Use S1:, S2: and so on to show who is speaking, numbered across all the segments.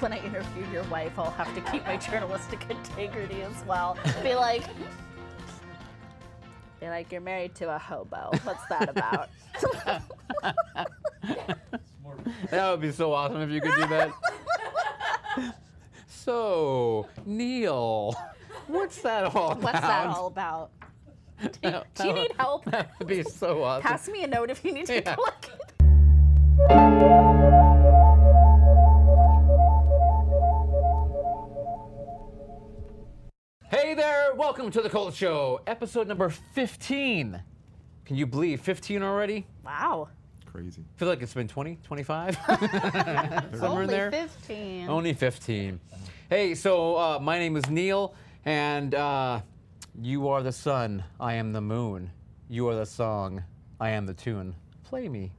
S1: when I interview your wife, I'll have to keep my journalistic integrity as well. Be like, be like, you're married to a hobo. What's that about?
S2: That would be so awesome if you could do that. so, Neil, what's that all about?
S1: What's that all about?
S2: about?
S1: Do you need help?
S2: That would be so awesome.
S1: Pass me a note if you need to
S2: Yeah.
S1: look.
S2: Hey there, welcome to The Cult Show, episode number 15. Can you believe 15 already?
S1: Wow.
S3: Crazy.
S2: I feel like it's been 20, 25, somewhere in
S1: Only
S2: there. Oh,
S1: 15.
S2: Only 15. Hey, so uh, my name is Neil, and uh, you are the sun, I am the moon. You are the song, I am the tune. Play me.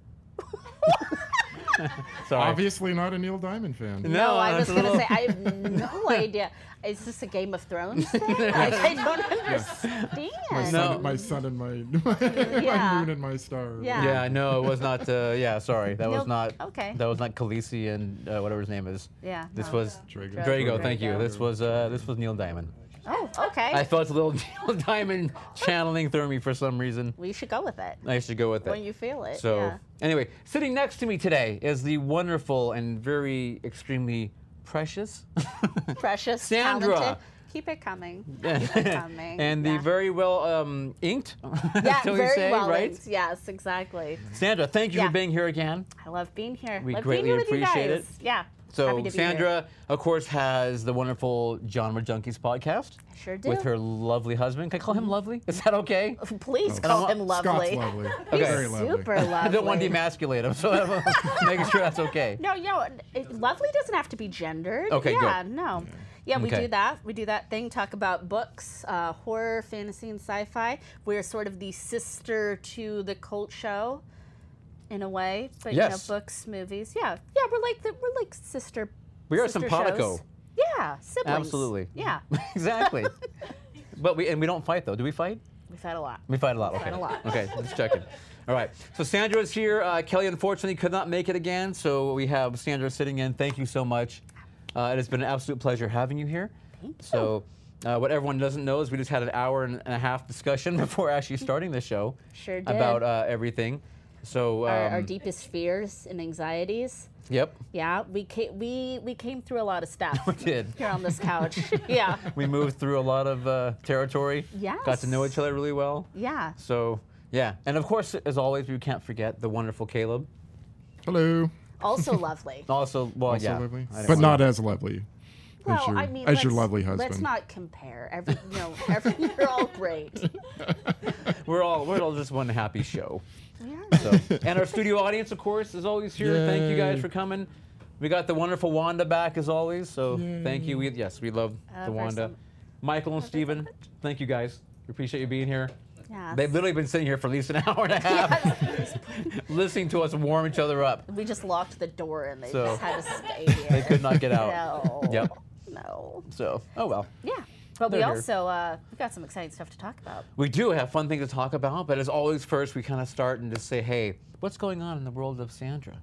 S2: Sorry.
S3: Obviously not a Neil Diamond fan.
S1: No, I was
S2: that's a
S1: going to
S2: little-
S1: say, I have no idea. Is this a Game of Thrones thing? Like, I don't understand.
S3: My,
S2: No.
S3: sun, my sun and my, my
S1: Yeah.
S3: moon and my star.
S1: Yeah.
S2: Yeah, no, it was not. Uh, yeah, sorry, that was
S1: ah. Nope.
S2: not.
S1: Okay.
S2: That was not Khaleesi and uh, whatever his name is.
S1: Yeah,
S2: This
S1: no.
S2: was
S3: Drago.
S2: Drago. Thank you. This was uh, this was Neil Diamond.
S1: Oh, okay.
S2: I felt a little Neil Diamond channeling through me for some reason.
S1: we should go with it
S2: I should go with it.
S1: when you feel it.
S2: So
S1: yeah.
S2: anyway, sitting next to me today is the wonderful and very extremely precious
S1: precious,
S2: Sandra.
S1: talented. Keep it coming. Keep it coming.
S2: and the
S1: yeah.
S2: very well um, inked.
S1: yeah,
S2: shall we
S1: very
S2: say,
S1: well
S2: right?
S1: linked. Yes, exactly.
S2: Sandra, thank you
S1: Yeah.
S2: for being here again.
S1: I love being here.
S2: We
S1: love
S2: greatly
S1: being here with
S2: appreciate
S1: you guys.
S2: it.
S1: Yeah. happy
S2: So
S1: to be here.
S2: Sandra, of course, has the wonderful Genre Junkies podcast.
S1: Sure do.
S2: With her lovely husband. Can I call him lovely? Is that okay?
S1: Please call him
S3: Scott's
S1: lovely.
S3: lovely.
S2: Okay.
S3: Very lovely.
S1: Super lovely.
S2: I don't want to emasculate him, so I'm making sure that's okay.
S1: No, no, it, lovely doesn't have to be gendered.
S2: Okay,
S1: yeah,
S2: good.
S1: no. Yeah, we
S2: Okay.
S1: do that. We do that thing, talk about books, uh, horror, fantasy, and sci fi. We're sort of the sister to the cult show in a way. But
S2: Yes.
S1: you know, books, movies. Yeah. Yeah, we're like the, we're like sister
S2: We are
S1: sister
S2: simpatico.
S1: shows. Yeah, siblings.
S2: Absolutely.
S1: Yeah.
S2: exactly. But we and we don't fight though. Do we fight?
S1: We've had a lot.
S2: We fight a lot. okay.
S1: fight a lot.
S2: Okay, let's check in. All right. So Sandra is here. Uh, Kelly unfortunately could not make it again, so we have Sandra sitting in. Thank you so much. Uh, it has been an absolute pleasure having you here. Thank you. So. Uh, what everyone doesn't know is we just had an hour and and a half discussion before actually starting the show
S1: Sure did.
S2: about uh, everything. So um,
S1: Our, our deepest fears and anxieties.
S2: yep,
S1: Yeah, we came, we, we came through a lot of stuff
S2: we did.
S1: here on this couch. yeah.
S2: We moved through a lot of uh, territory. Got to know
S1: Yes.
S2: each other really well.
S1: Yeah.
S2: So yeah, and of course, as always, we can't forget the wonderful Caleb.
S3: Hello.
S1: Also lovely.
S2: Also, well,
S3: Also
S2: yeah,
S3: lovely.
S2: I didn't
S3: But
S2: wanna-
S3: not as lovely.
S1: Well,
S3: as your,
S1: I mean,
S3: as your
S1: let's-
S3: lovely husband.
S1: Let's not compare. Every, you know, every, you're all great.
S2: We're all we're all just one happy show.
S1: We are.
S2: So, and our studio audience, of course, is always here. Thank you guys
S3: Yay.
S2: for coming. We got the wonderful Wanda back as always. So thank you. We, yes, we love
S1: Uh,
S2: the
S1: for
S2: Wanda,
S1: some-
S2: Michael and Steven, Thank you guys. We appreciate you being here.
S1: Yes.
S2: They've literally been sitting here for at least an hour and a half, listening to us warm each other up.
S1: We just locked the door and they
S2: So-
S1: just had to stay here.
S2: They could not get out.
S1: No.
S2: Yep.
S1: No.
S2: So, oh well.
S1: Yeah. But we
S2: They're here.
S1: also uh, we got some exciting stuff to talk about.
S2: We do have fun things to talk about, but as always, first we kind of start and just say, hey, what's going on in the world of Sandra?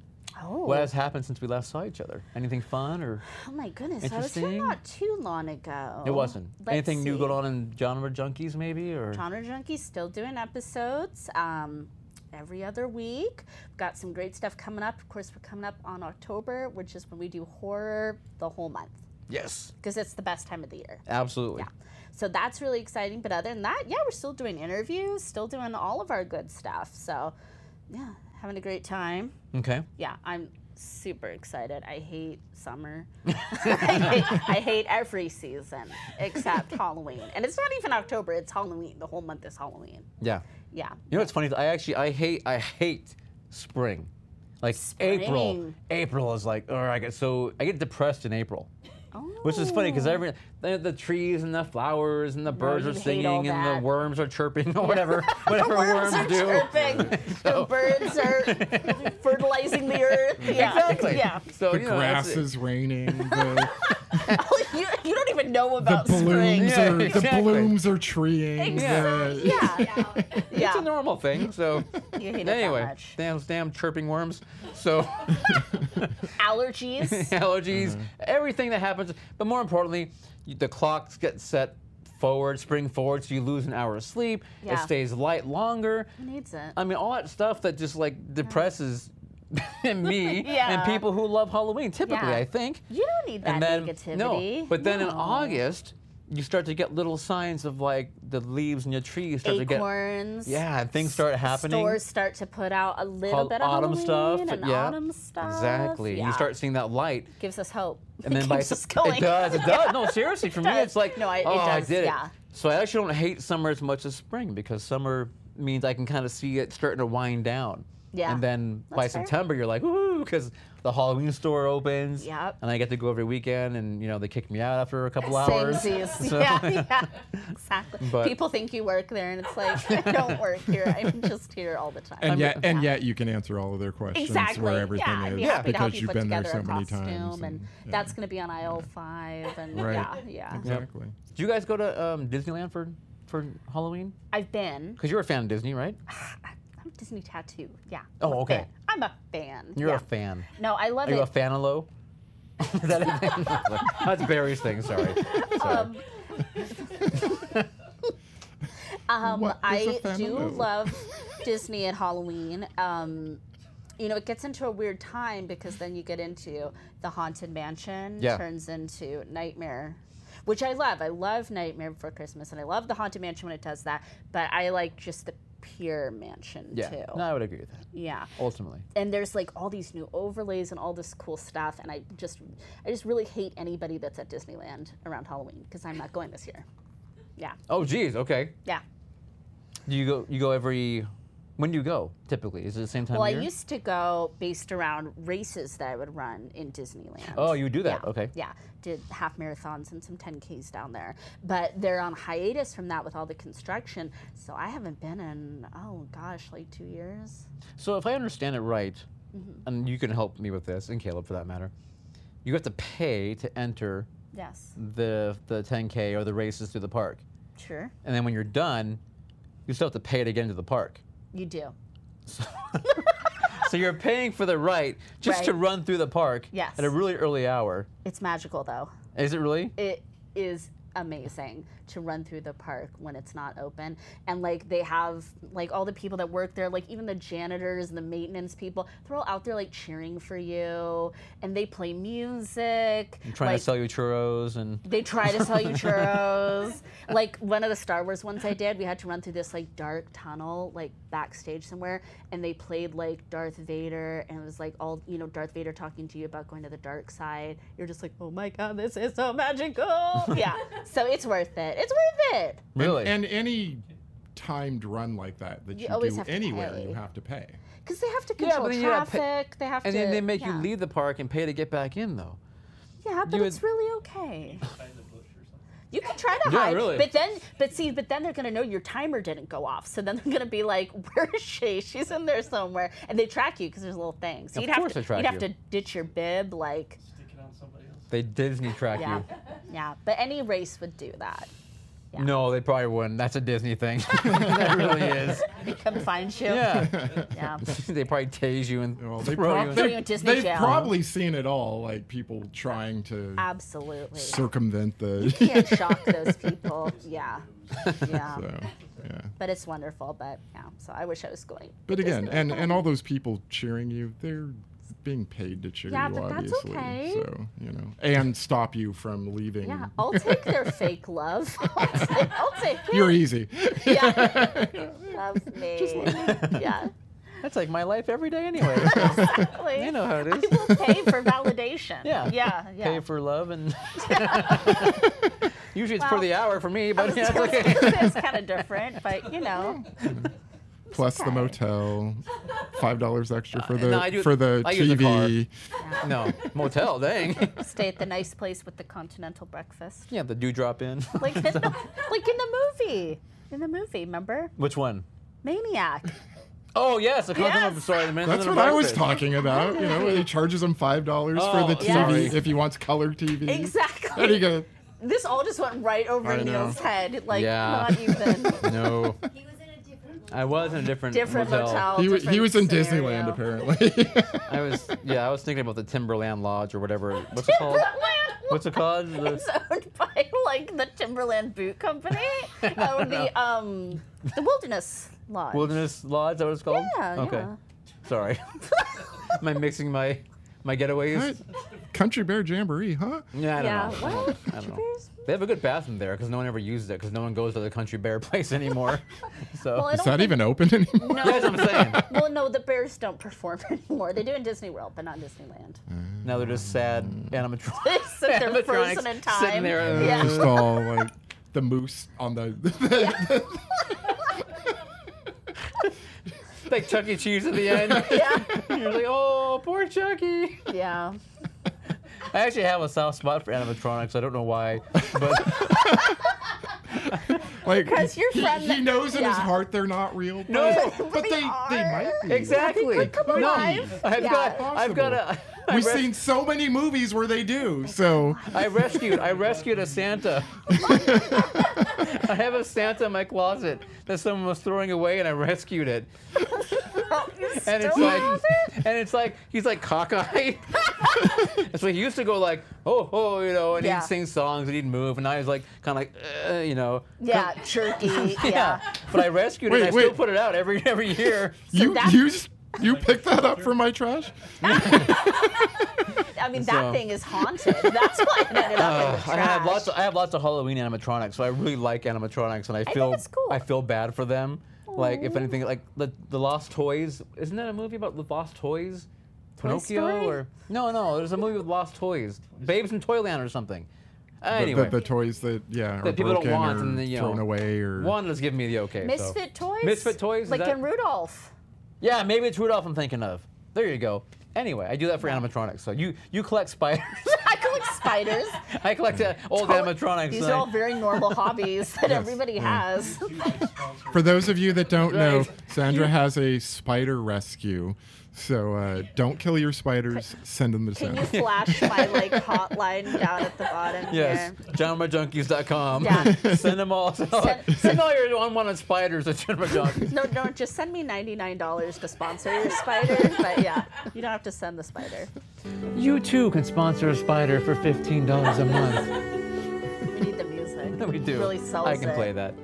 S1: Oh.
S2: What has happened since we last saw each other? Anything fun or
S1: oh my goodness! I was here
S2: Interesting.
S1: not too long ago.
S2: it wasn't?
S1: Um, Let's
S2: Anything new
S1: see.
S2: going on in genre junkies maybe or
S1: Genre Junkies still doing episodes um, every other week. We've got some great stuff coming up. Of course, we're coming up on October, which is when we do horror the whole month
S2: Yes.
S1: because it's the best time of the year.
S2: Absolutely.
S1: Yeah. So that's really exciting. But other than that, yeah, we're still doing interviews, still doing all of our good stuff. So, yeah, having a great time.
S2: Okay.
S1: Yeah, I'm super excited. I hate summer. I, hate, I hate every season except Halloween. And it's not even October, it's Halloween. The whole month is Halloween.
S2: Yeah.
S1: Yeah.
S2: You know what's funny? I actually I hate I hate spring. Like April.
S1: Spring.
S2: April is like, oh, I get so I get depressed in April.
S1: Oh.
S2: Which is funny because every the, the trees and the flowers and the birds
S1: you
S2: are
S1: hate all
S2: singing and the
S1: that.
S2: worms are chirping or whatever whatever
S1: worms
S2: worms,
S1: are
S2: do.
S1: chirping. the birds are fertilizing the earth. Yeah.
S2: Exactly.
S1: Yeah.
S2: So
S3: The
S2: you know, that's
S3: grass
S2: it.
S3: is raining. The,
S1: you, you don't even know
S3: the
S1: about spring.
S3: blooms
S2: Yeah,
S3: are
S2: exactly.
S3: the blooms are treeing.
S1: Exact-
S3: the-
S1: Yeah. Yeah.
S2: It's a normal thing. So
S1: You hate it that
S2: anyway,
S1: much.
S2: damn, damn chirping worms. So
S1: Allergies.
S2: allergies, everything that happens. But more importantly, you, the clocks get set forward, spring forward, so you lose an hour of sleep. It
S1: Yeah.
S2: stays light longer.
S1: Who needs it?
S2: I mean, all that stuff that just like depresses me and
S1: Yeah.
S2: people who love Halloween. Typically,
S1: Yeah.
S2: I think.
S1: you don't need that
S2: and then
S1: negativity.
S2: no, but then in
S1: No.
S2: August, you start to get little signs of like the leaves in your trees start to get.
S1: acorns.
S2: Yeah, and things start happening.
S1: Stores start to put out a little
S2: Hol-
S1: bit of
S2: autumn
S1: Halloween
S2: stuff.
S1: and
S2: yeah.
S1: autumn stuff.
S2: Exactly.
S1: Yeah.
S2: You start seeing that light.
S1: gives us hope.
S2: And then
S1: it
S2: by
S1: keeps us
S2: Sep-
S1: going.
S2: it does, it does. No, seriously, for me,
S1: does.
S2: it's like,
S1: No, I- it
S2: oh, I
S1: does,
S2: did
S1: yeah.
S2: it. So I actually don't hate summer as much as spring because summer means I can kind of see it starting to wind down.
S1: Yeah.
S2: And then by
S1: That's fair.
S2: September, you're like, woo, because the Halloween store opens.
S1: Yep.
S2: And I get to go every weekend, and you know they kick me out after a couple hours.
S1: Samesies.
S2: So-
S1: Yeah, yeah, exactly.
S2: But-
S1: People think you work there, and it's like, I don't work here. I'm just here all the time.
S3: And yet, and yet, you can answer all of their questions
S1: exactly.
S3: where everything
S1: yeah, I'd
S3: is
S1: be happy to
S3: because
S1: help you
S3: you've
S1: put
S3: been there
S1: together
S3: so
S1: a
S3: many
S1: costume,
S3: times.
S1: and,
S3: yeah,
S1: that's going to be on aisle five, and
S3: Right.
S1: yeah, yeah.
S3: exactly.
S2: Do you guys go to um, Disneyland for for Halloween?
S1: I've been.
S2: Because you're a fan of Disney, right?
S1: I'm Disney tattoo. Yeah. I'm
S2: Oh,
S1: a
S2: okay.
S1: fan. I'm a fan.
S2: You're
S1: yeah.
S2: a fan.
S1: No, I love
S2: Are you
S1: it.
S2: a fan of low? Is that a thing? That's Barry's thing. Sorry. Sorry.
S1: Um,
S3: What is a
S1: I
S3: fan
S1: do
S3: of those?
S1: love Disney at Halloween. Um, you know, it gets into a weird time because then you get into the Haunted Mansion
S2: Yeah.
S1: turns into Nightmare, which I love. I love Nightmare Before Christmas, and I love the Haunted Mansion when it does that. But I like just the pure mansion
S2: yeah.
S1: too.
S2: No, I would agree with that.
S1: Yeah
S2: Ultimately.
S1: and there's like all these new overlays and all this cool stuff and i just i just really hate anybody that's at disneyland around halloween because i'm not going this year yeah
S2: Oh, geez. Okay.
S1: yeah
S2: Do you go? You go every? When do you go? Typically, is it the same time?
S1: well i
S2: of year?
S1: used to go based around races that i would run in disneyland
S2: Oh, you would do that.
S1: Yeah,
S2: Okay.
S1: yeah did half marathons and some 10ks down there but they're on hiatus from that with all the construction so i haven't been in oh gosh like two years
S2: So if I understand it right,
S1: Mm-hmm.
S2: and you can help me with this, and Caleb for that matter, you have to pay to enter
S1: yes
S2: the the 10k or the races through the park,
S1: sure
S2: and then when you're done, you still have to pay to get into the park.
S1: you do
S2: So you're paying for the right just to
S1: Right.
S2: run through the park
S1: Yes.
S2: at a really early hour.
S1: it's magical though
S2: Is it really?
S1: it is amazing to run through the park when it's not open and like they have like all the people that work there like even the janitors and the maintenance people they're all out there like cheering for you and they play music
S2: I'm trying
S1: like,
S2: to sell you churros and
S1: they try to sell you churros. like one of the Star Wars ones I did, we had to run through this like dark tunnel, like backstage somewhere, and they played like Darth Vader, and it was like all you know Darth Vader talking to you about going to the dark side. You're just like, oh my god, this is so magical. yeah. So it's worth it. It's worth it.
S2: really.
S3: And, and any timed run like that that
S1: You
S3: you,
S1: always
S3: do
S1: have to
S3: anywhere,
S1: pay.
S3: you have to pay.
S1: Because they have to
S2: Yeah,
S1: control
S2: but then you gotta
S1: traffic.
S2: pay-
S1: they have
S2: and
S1: to.
S2: then they make
S1: yeah.
S2: you leave the park and pay to get back in, though.
S1: Yeah, but
S2: You
S1: it's
S2: would-
S1: really okay. You can try to
S2: Yeah,
S1: hide,
S2: really.
S1: but then, but see, but then they're gonna know your timer didn't go off. So then they're gonna be like, "Where is she? She's in there somewhere." And they track you because there's little things. So
S2: Of
S1: you'd have
S2: course
S1: to,
S2: they track
S1: you'd have
S2: you.
S1: to ditch your bib, like,
S4: stick it on somebody else.
S2: They Disney track
S1: yeah,
S2: you.
S1: yeah. But any race would do that. Yeah.
S2: No, they probably wouldn't. That's a Disney thing. that really is.
S1: They come find you.
S2: Yeah.
S1: yeah.
S2: they probably tase you and
S3: Well, they
S2: throw
S3: prob-
S2: you. in-
S1: Throw
S3: they-
S1: you in Disney
S3: they've
S1: jail.
S3: probably seen it all, like people trying to
S1: absolutely.
S3: circumvent the.
S1: Can't shock those people. Yeah, yeah.
S3: so, yeah.
S1: But it's wonderful. But yeah, so I wish I was going. to
S3: But again,
S1: Disneyland
S3: and, and
S1: Halloween.
S3: all those people cheering you, they're being paid to cheer
S1: Yeah,
S3: you,
S1: but that's
S3: obviously.
S1: okay.
S3: So you know, and stop you from
S2: Mm.
S3: leaving.
S1: Yeah, I'll take their fake love. I'll take, I'll take it.
S3: You're easy.
S1: yeah. Love me. yeah.
S2: That's like my life every day anyway.
S1: Exactly.
S2: you know how it is.
S1: I will pay for validation.
S2: Yeah.
S1: Yeah. Yeah.
S2: Pay for love and usually it's for
S1: Well,
S2: the hour for me, but yeah, it's okay.
S1: it's kind of different, but you know.
S3: plus the
S1: okay.
S3: motel, five dollars extra for the
S2: no, Uh, I do-
S3: for the
S2: I use the
S3: TV.
S2: No, motel, dang.
S1: Stay at the nice place with the continental breakfast.
S2: yeah, the do drop in.
S1: Like in the, like in the movie. In the movie, remember?
S2: Which one?
S1: Maniac.
S2: Oh yes, the continental.
S1: Yes!
S2: Sorry, the man.
S3: That's what I was talking about. You know, he charges him five dollars
S2: Oh,
S3: for the TV
S1: sorry.
S3: if he wants color TV. There you
S1: Exactly.
S3: go.
S1: This all just went right over
S3: I know.
S1: Neil's head. Like
S2: Yeah.
S1: not even
S2: No,
S4: He was in a different.
S2: I was in a different
S1: different
S2: motel.
S1: hotel.
S3: He, wa- he
S1: different
S3: was in
S1: scenario.
S3: Disneyland apparently.
S2: I was yeah, I was thinking about the Timberland Lodge or whatever. What's it called? What's it called? The-
S1: It's owned by like the Timberland Boot Company or the um the Wilderness Lodge.
S2: Wilderness Lodge, is that what it's called?
S1: Yeah,
S2: Okay.
S1: yeah.
S2: Sorry. Am I mixing my my getaways?
S3: Country Bear Jamboree, huh?
S2: Yeah, I don't
S1: Yeah.
S2: know. I don't know.
S1: What?
S2: I don't know. Oh, They have a good bathroom there because no one ever uses it because no one goes to the Country Bear place anymore. so
S1: Well, I
S3: Is
S1: don't
S3: that even open anymore?
S1: No.
S2: that's what I'm saying.
S1: well, no, the bears don't perform anymore. They do in Disney World, but not Disneyland.
S2: Now they're just sad animatronics.
S1: They sit there
S2: animatronics
S1: frozen in time.
S2: sitting there. uh,
S1: Yeah.
S3: Just all like the moose on the.
S2: like Chuck E. Cheese at the end.
S1: Yeah.
S2: You're like, oh, poor Chucky.
S1: Yeah.
S2: I actually have a soft spot for animatronics. I don't know why, but
S3: like
S1: 'Cause your
S3: he,
S1: friend
S3: he
S1: that-
S3: knows in his
S1: yeah.
S3: heart they're not real.
S2: No.
S3: but, but
S1: They
S3: they, they might
S1: are.
S3: be.
S2: exactly.
S3: on,
S2: no,
S3: Live.
S2: I've
S1: Yeah.
S2: got. I've got a. I
S3: We've
S2: res-
S3: seen so many movies where they do. So
S2: I rescued. I rescued a Santa. I have a Santa in my closet that someone was throwing away, and I rescued it. And it's like, and it's like he's like cockeyed. and so he used to go like, oh, oh, you know, and
S1: Yeah.
S2: he'd sing songs and he'd move, and now he's like, kind of like, uh, you know.
S1: Yeah, jerky. Yeah.
S2: But I rescued it.
S3: Wait,
S2: and I still
S3: wait.
S2: put it out every every year.
S3: you
S1: that's-
S3: you s- you picked that up from my trash.
S1: I mean,
S2: So- Oh,
S1: that thing is haunted. That's why it ended up in the trash.
S2: I have lots. Of, I have lots of Halloween animatronics, so I really like animatronics, and I feel
S1: it's cool.
S2: I feel bad for them. Like if anything, like the the lost toys. Isn't that a movie about the lost toys? Pinocchio
S1: Story?
S2: or no, no. There's a movie with lost toys, Babes in Toyland or something.
S3: The-
S2: Anyway,
S3: The, the toys that yeah are
S2: that people don't
S3: broken
S2: want
S3: or
S2: and then, you know,
S3: thrown away or
S2: Wanda's giving me the okay. so-
S1: Misfit toys.
S2: Misfit toys. is
S1: Like
S2: that-
S1: in Rudolph.
S2: yeah, maybe it's Rudolph I'm thinking of. There you go. Anyway, I do that for animatronics. So you you collect spiders.
S1: I collect spiders.
S2: I collect uh, old animatronics.
S1: These
S2: and
S1: are
S2: I-
S1: all very normal hobbies that everybody
S2: Mm.
S1: has.
S3: For those of you that don't know,
S2: Right.
S3: Sandra has a spider rescue. So uh, don't kill your spiders. Send them to
S1: Can you
S3: Sandra.
S1: flash my like hotline down at the bottom
S2: Yes,
S1: here?
S2: JohnMyJunkies.com.
S1: Yeah.
S2: send them all. Send,
S1: Send-
S2: all your unwanted spiders to John My Junkies.
S1: No, no, just send me $99 to sponsor your spider. But yeah, you don't have to send the spider.
S2: You too can sponsor a spider for fifteen dollars a month.
S1: We need the music.
S2: we do.
S1: Really sells
S2: I can
S1: it.
S2: play that.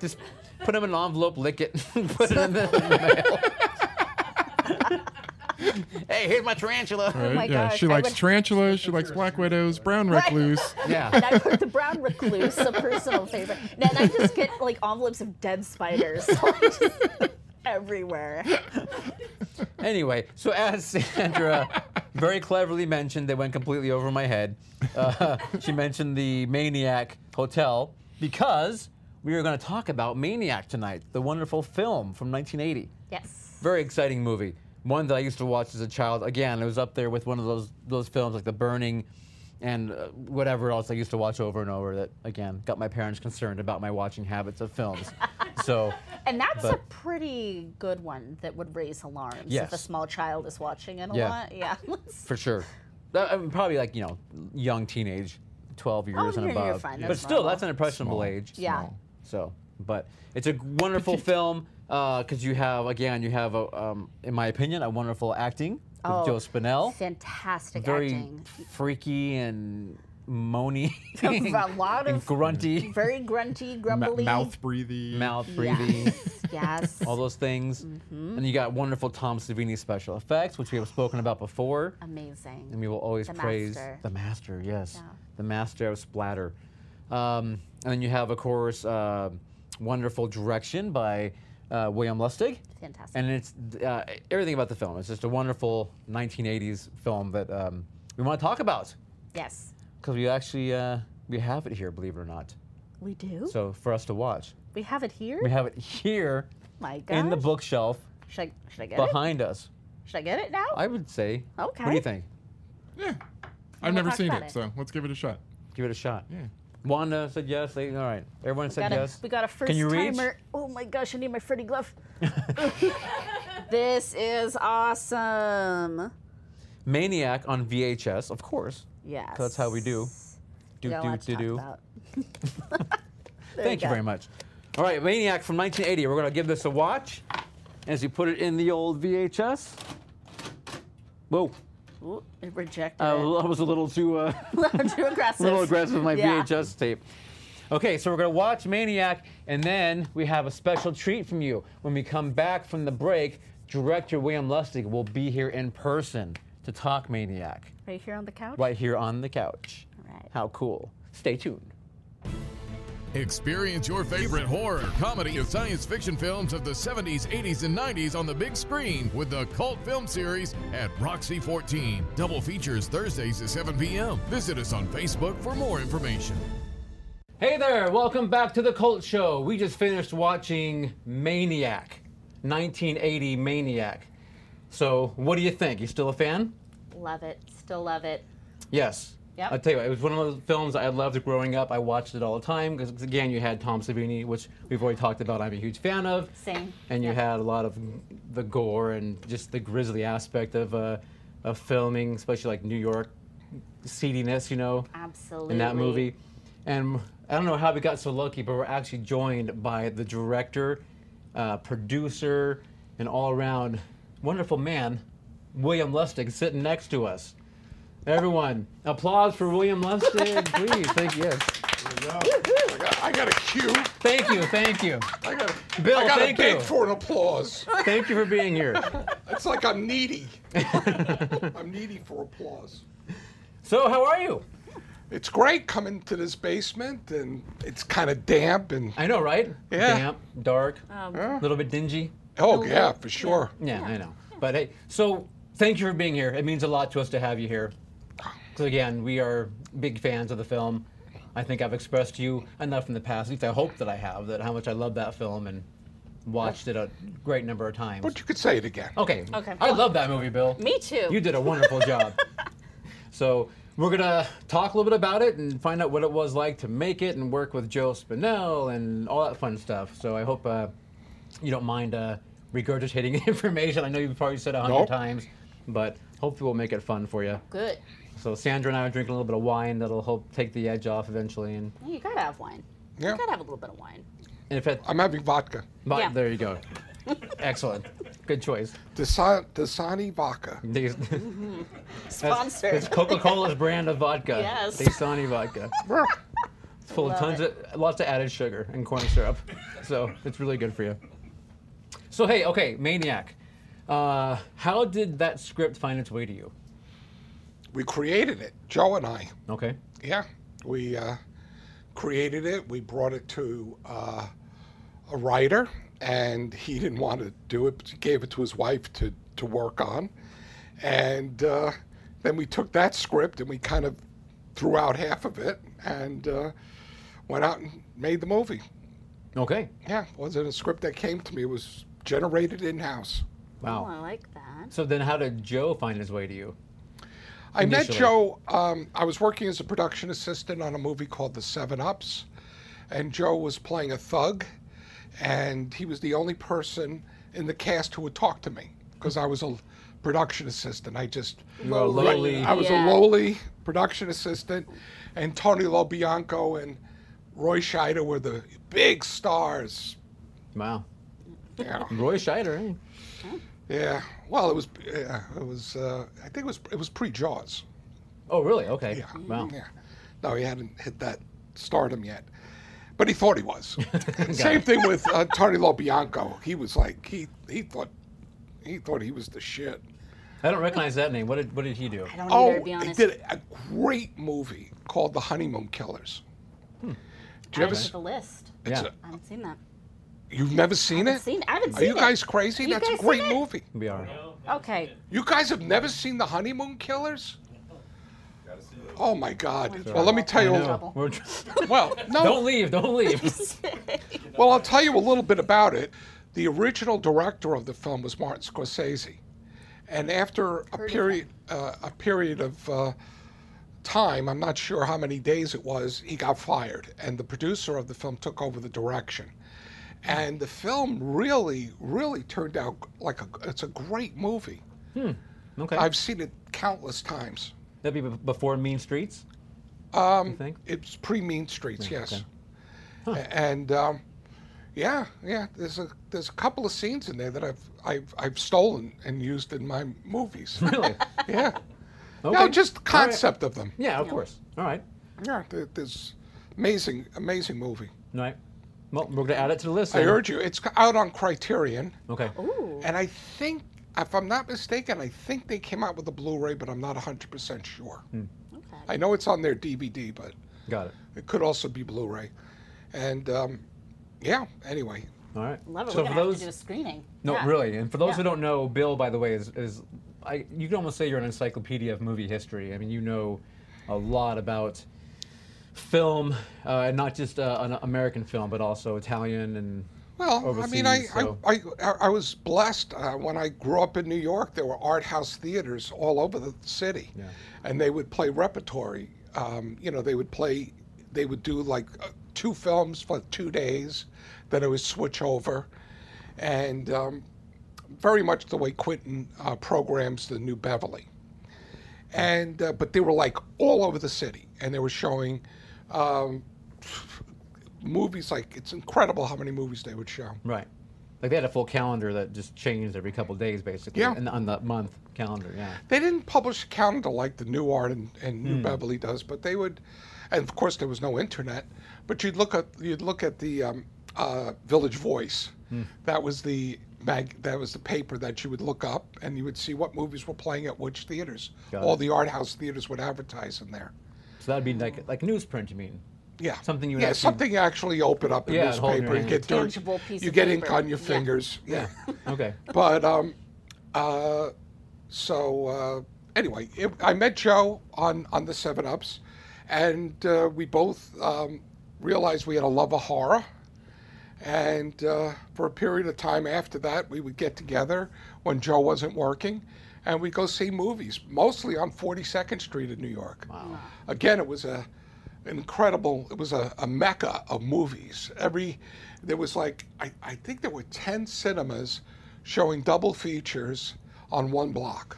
S2: Just put them in an envelope, lick it, and put it in the mail. hey, here's my tarantula.
S3: Right?
S1: Oh my
S3: yeah,
S1: gosh,
S3: she
S1: I
S3: likes
S1: would-
S3: tarantulas. She likes black widows, brown recluse.
S1: And
S2: Yeah.
S1: I put the brown recluse, a personal favorite. And I just get like envelopes of dead spiders just everywhere.
S2: Anyway, so as Sandra very cleverly mentioned, they went completely over my head. Uh, she mentioned the Maniac Hotel because we are going to talk about Maniac tonight, the wonderful film from 1980.
S1: Yes.
S2: Very exciting movie. One that I used to watch as a child. Again, it was up there with one of those those films like The Burning and uh, whatever else I used to watch over and over that again got my parents concerned about my watching habits of films. so,
S1: And that's a
S2: But-
S1: pretty good one that would raise alarms
S2: Yes.
S1: if a small child is watching it a
S2: Yeah.
S1: lot. Yeah.
S2: for sure. That- I mean, probably like you know, young teenage, twelve years and
S1: you're- you're
S2: above.
S1: fine,
S2: But
S1: that's
S2: still,
S1: normal.
S2: that's an impressionable
S3: Small.
S2: age.
S1: yeah.
S3: Small.
S2: So, but it's a wonderful film because you have again, you have a, um, in my opinion, a wonderful acting with
S1: Oh,
S2: Joe Spinell.
S1: Fantastic
S2: Very
S1: acting.
S2: freaky and moany.
S1: A lot
S2: and
S1: of-
S2: grunty
S1: Very grunty,
S3: Ma-
S1: grumbly.
S3: mouth breathing.
S2: mouth breathing.
S1: Yes. Mm-hmm. yes.
S2: All those things, and you got wonderful Tom Savini special effects, which we have spoken about before.
S1: Amazing.
S2: And we will always
S1: The
S2: praise
S1: master.
S2: the master, yes.
S1: Yeah.
S2: The master of splatter. Um, and then you have, of course, uh, wonderful direction by uh, William Lustig.
S1: Fantastic.
S2: And it's uh, everything about the film. It's just a wonderful 1980s film that um, we want to talk about
S1: yes.
S2: because we actually uh, we have it here, believe it or not.
S1: We do.
S2: So for us to watch,
S1: we have it here.
S2: we have it here
S1: my god.
S2: in the bookshelf
S1: Should I, should I get
S2: behind us.
S1: it? Should I get it now?
S2: I would say. What do
S1: Okay.
S2: you think?
S3: Yeah.
S1: we'll
S3: I've never
S1: talk
S3: seen
S1: about
S3: it,
S1: it.
S3: so let's give it a shot.
S2: Give it a shot.
S3: Yeah.
S2: Wanda said yes. They, all right. Everyone said
S1: got a,
S2: yes.
S1: we got a first
S2: you reach?
S1: timer. Oh my gosh, I need my Freddy glove. this is awesome.
S2: Maniac on VHS, of course.
S1: Yes.
S2: that's how we do. Do,
S1: We got a
S2: do,
S1: lot to
S2: do,
S1: talk
S2: do.
S1: about. There
S2: Thank you
S1: go.
S2: very much. All right, Maniac from 1980. We're going to give this a watch as you put it in the old VHS. Whoa,
S1: Ooh, it rejected.
S2: I
S1: it.
S2: was I was a little too, uh,
S1: Too aggressive.
S2: little aggressive with my
S1: Yeah.
S2: VHS tape. Okay, so we're going to watch Maniac, and then we have a special treat from you. When we come back from the break, director William Lustig will be here in person to talk Maniac
S1: Right here on the couch.
S2: right here on the couch.
S1: Right.
S2: How cool. Stay tuned.
S4: Experience your favorite horror, comedy, and science fiction films of the 70s, 80s, and 90s on the big screen with the cult film series at Roxy 14. Double features Thursdays at 7 p.m. Visit us on Facebook for more information.
S2: Hey there, welcome back to the Cult Show. We just finished watching Maniac, 1980 Maniac. So, what do you think? You still a fan?
S1: Love it. Still love it.
S2: Yes.
S1: Yep.
S2: I'll tell you what, it was one of those films I loved growing up. I watched it all the time because, again, you had Tom Savini, which we've already talked about, I'm a huge fan of.
S1: Same.
S2: And you
S1: Yep.
S2: had a lot of the gore and just the grisly aspect of, uh, of filming, especially like New York seediness, you know?
S1: Absolutely.
S2: in that movie. And I don't know how we got so lucky, but we're actually joined by the director, uh, producer, and all around wonderful man, William Lustig, sitting next to us. Everyone, applause for William Lustig, please. Thank you. Yes.
S5: I got, I got a cue.
S2: Thank you. Thank you.
S5: I got a,
S2: Bill,
S5: I got
S2: thank
S5: a beg
S2: you.
S5: for an applause.
S2: Thank you for being here.
S5: It's like I'm needy. I'm needy for applause.
S2: So, how are you?
S5: It's great coming to this basement, and it's kind of damp and
S2: I know, right?
S5: Yeah. Um,
S2: Damp, dark, a
S5: Yeah.
S2: little bit dingy.
S5: oh yeah, for sure.
S2: Yeah, I know. But hey, so thank you for being here. It means a lot to us to have you here. So again, we are big fans of the film. I think I've expressed to you enough in the past, at least I hope that I have, that how much I love that film and watched it a great number of times.
S5: But you could say it again.
S2: Okay.
S1: Okay.
S2: I love that movie, Bill.
S1: Me too.
S2: You did a wonderful job. So we're gonna talk a little bit about it and find out what it was like to make it and work with Joe Spinell and all that fun stuff. So I hope uh, you don't mind uh, regurgitating information. I know you've probably said a hundred
S5: Nope.
S2: times, but hopefully we'll make it fun for you.
S1: Good.
S2: So Sandra and I are drinking a little bit of wine that'll help take the edge off eventually. And,
S1: You gotta have wine.
S5: Yeah.
S1: You gotta have a little bit of wine.
S2: and if it,
S5: I'm having vodka.
S2: but
S1: Yeah.
S2: there you go. Excellent. Good choice.
S5: Dasa- Dasani vodka.
S2: These-
S1: Sponsored.
S2: It's Coca Cola's brand of vodka.
S1: Yes.
S2: Dasani vodka. It's full of
S1: Love
S2: tons
S1: it.
S2: of lots of added sugar and corn syrup, so it's really good for you. So hey, okay, Maniac. Uh, how did that script find its way to you?
S5: We created it, Joe and I.
S2: Okay.
S5: Yeah, we uh, created it. We brought it to uh, a writer, and he didn't want to do it. But he gave it to his wife to to work on, and uh, then we took that script and we kind of threw out half of it and uh, went out and made the movie.
S2: Okay.
S5: Yeah, it wasn't a script that came to me. It was generated in house.
S1: Oh,
S2: Wow.
S1: I like that.
S2: So then, how did Joe find his way to you?
S5: I met
S2: initially?
S5: Joe. Um, I was working as a production assistant on a movie called The Seven Ups, and Joe was playing a thug, and he was the only person in the cast who would talk to me because I was a production assistant. I just
S2: You are lowly.
S5: I was
S1: Yeah.
S5: a lowly production assistant, and Tony LoBianco and Roy Scheider were the big stars.
S2: Wow.
S5: You know.
S2: Roy Scheider. eh?
S5: yeah. Well, it was. Yeah, it was. Uh, I think it was. It was pre Jaws.
S2: Oh, really? Okay.
S5: Yeah.
S2: Wow.
S5: Mm-hmm. Yeah. No, he hadn't hit that stardom yet. But he thought he was. Same thing with uh, Tony LoBianco. He was like he he thought he thought he was the shit.
S2: I don't recognize that name. What did What did he do?
S1: I don't
S5: Oh,
S1: either, to be
S5: he
S1: honest.
S5: did a great movie called The Honeymoon Killers. Do you
S1: Add
S5: ever
S1: it
S5: s-
S1: to the list.
S5: it's
S2: Yeah.
S5: a-
S1: I haven't seen that.
S5: you've never seen
S1: I've
S5: it?
S1: seen. I haven't
S5: Are
S1: seen
S5: you
S1: it.
S5: guys crazy?
S1: You
S5: That's
S1: guys
S5: a great
S1: seen it?
S5: movie.
S2: We are.
S1: Okay.
S5: You guys have never seen The Honeymoon Killers? Oh my God! Well, let me tell
S1: I
S5: you.
S1: know. Trouble.
S2: We're tr-
S5: Well, no,
S2: don't leave. Don't leave.
S5: Well, I'll tell you a little bit about it. The original director of the film was Martin Scorsese, and after a period uh, a period of uh, time, I'm not sure how many days it was, he got fired, and the producer of the film took over the direction. And the film really, really turned out like a, it's a great movie.
S2: Okay.
S5: I've seen it countless times.
S2: That'd be b- before Mean Streets. Um, you think?
S5: It's pre Mean Streets, yes. A- And um, yeah, yeah. There's a there's a couple of scenes in there that I've I've, I've stolen and used in my movies.
S2: Really?
S5: yeah. No,
S2: Okay.
S5: just
S2: All right.
S5: concept of them.
S2: Yeah, of course. All right.
S5: Yeah, th- this amazing, amazing movie.
S2: All right. Well, we're gonna add it to the list.
S5: I
S2: then.
S5: urge you. It's out on Criterion,
S2: Okay.
S1: Ooh.
S5: and I think, if I'm not mistaken, I think they came out with a Blu-ray, but I'm not 100% sure.
S2: Hmm.
S1: Okay.
S5: I know it's on their DVD, but
S2: Got it.
S5: it could also be Blu-ray. And um, yeah, anyway,
S2: All right.
S1: Love it.
S2: So
S1: We're
S2: for
S1: gonna
S2: those,
S1: have to do a screening.
S2: no,
S1: Yeah.
S2: really, and for those who
S1: Yeah.
S2: don't know, Bill, by the way, is is I you can almost say you're an encyclopedia of movie history. I mean, you know a lot about film, uh, and not just uh, an American film, but also Italian and
S5: Well, I mean, I,
S2: overseas, so-
S5: I, I, I was blessed uh, when I grew up in New York. There were art house theaters all over the city, and they would play repertory. Um, you know, they would play, they would do like uh, two films for two days, then it would switch over, and um, very much the way Quentin uh, programs the New Beverly and uh, but they were like all over the city, and they were showing um, movies. Like it's incredible how many movies they would show.
S2: right. Like they had a full calendar that just changed every couple days, basically,
S5: Yeah.
S2: and on the month calendar. Yeah.
S5: They didn't publish a calendar like the New Art and, and
S2: Hmm.
S5: New Beverly does, but they would, and of course there was no internet. But you'd look at you'd look at the um, uh, Village Voice.
S2: Hmm.
S5: That was the mag. That was the paper that you would look up, and you would see what movies were playing at which theaters.
S2: Got
S5: all
S2: it.
S5: the art house theaters would advertise in there.
S2: So that'd be like like newsprint. You mean?
S5: Yeah.
S2: Something you would
S5: yeah,
S2: actually-
S5: something you actually open up a
S2: Yeah, and hold in
S5: newspaper
S2: your
S5: and get
S1: hand.
S5: dirt.
S1: Tangible piece
S5: you
S1: of
S5: get ink
S1: paper.
S5: on your
S1: Yeah.
S5: fingers. Yeah.
S2: Okay.
S5: but um, uh, so uh, anyway, it, I met Joe on on the Seven Ups, and uh, we both um, realized we had a love of horror. And uh, for a period of time after that, we would get together when Joe wasn't working, and we go see movies, mostly on 42nd Street in New York. Wow. Again, it was a an incredible. It was a, a mecca of movies. Every there was like I, I think there were 10 cinemas showing double features on one block,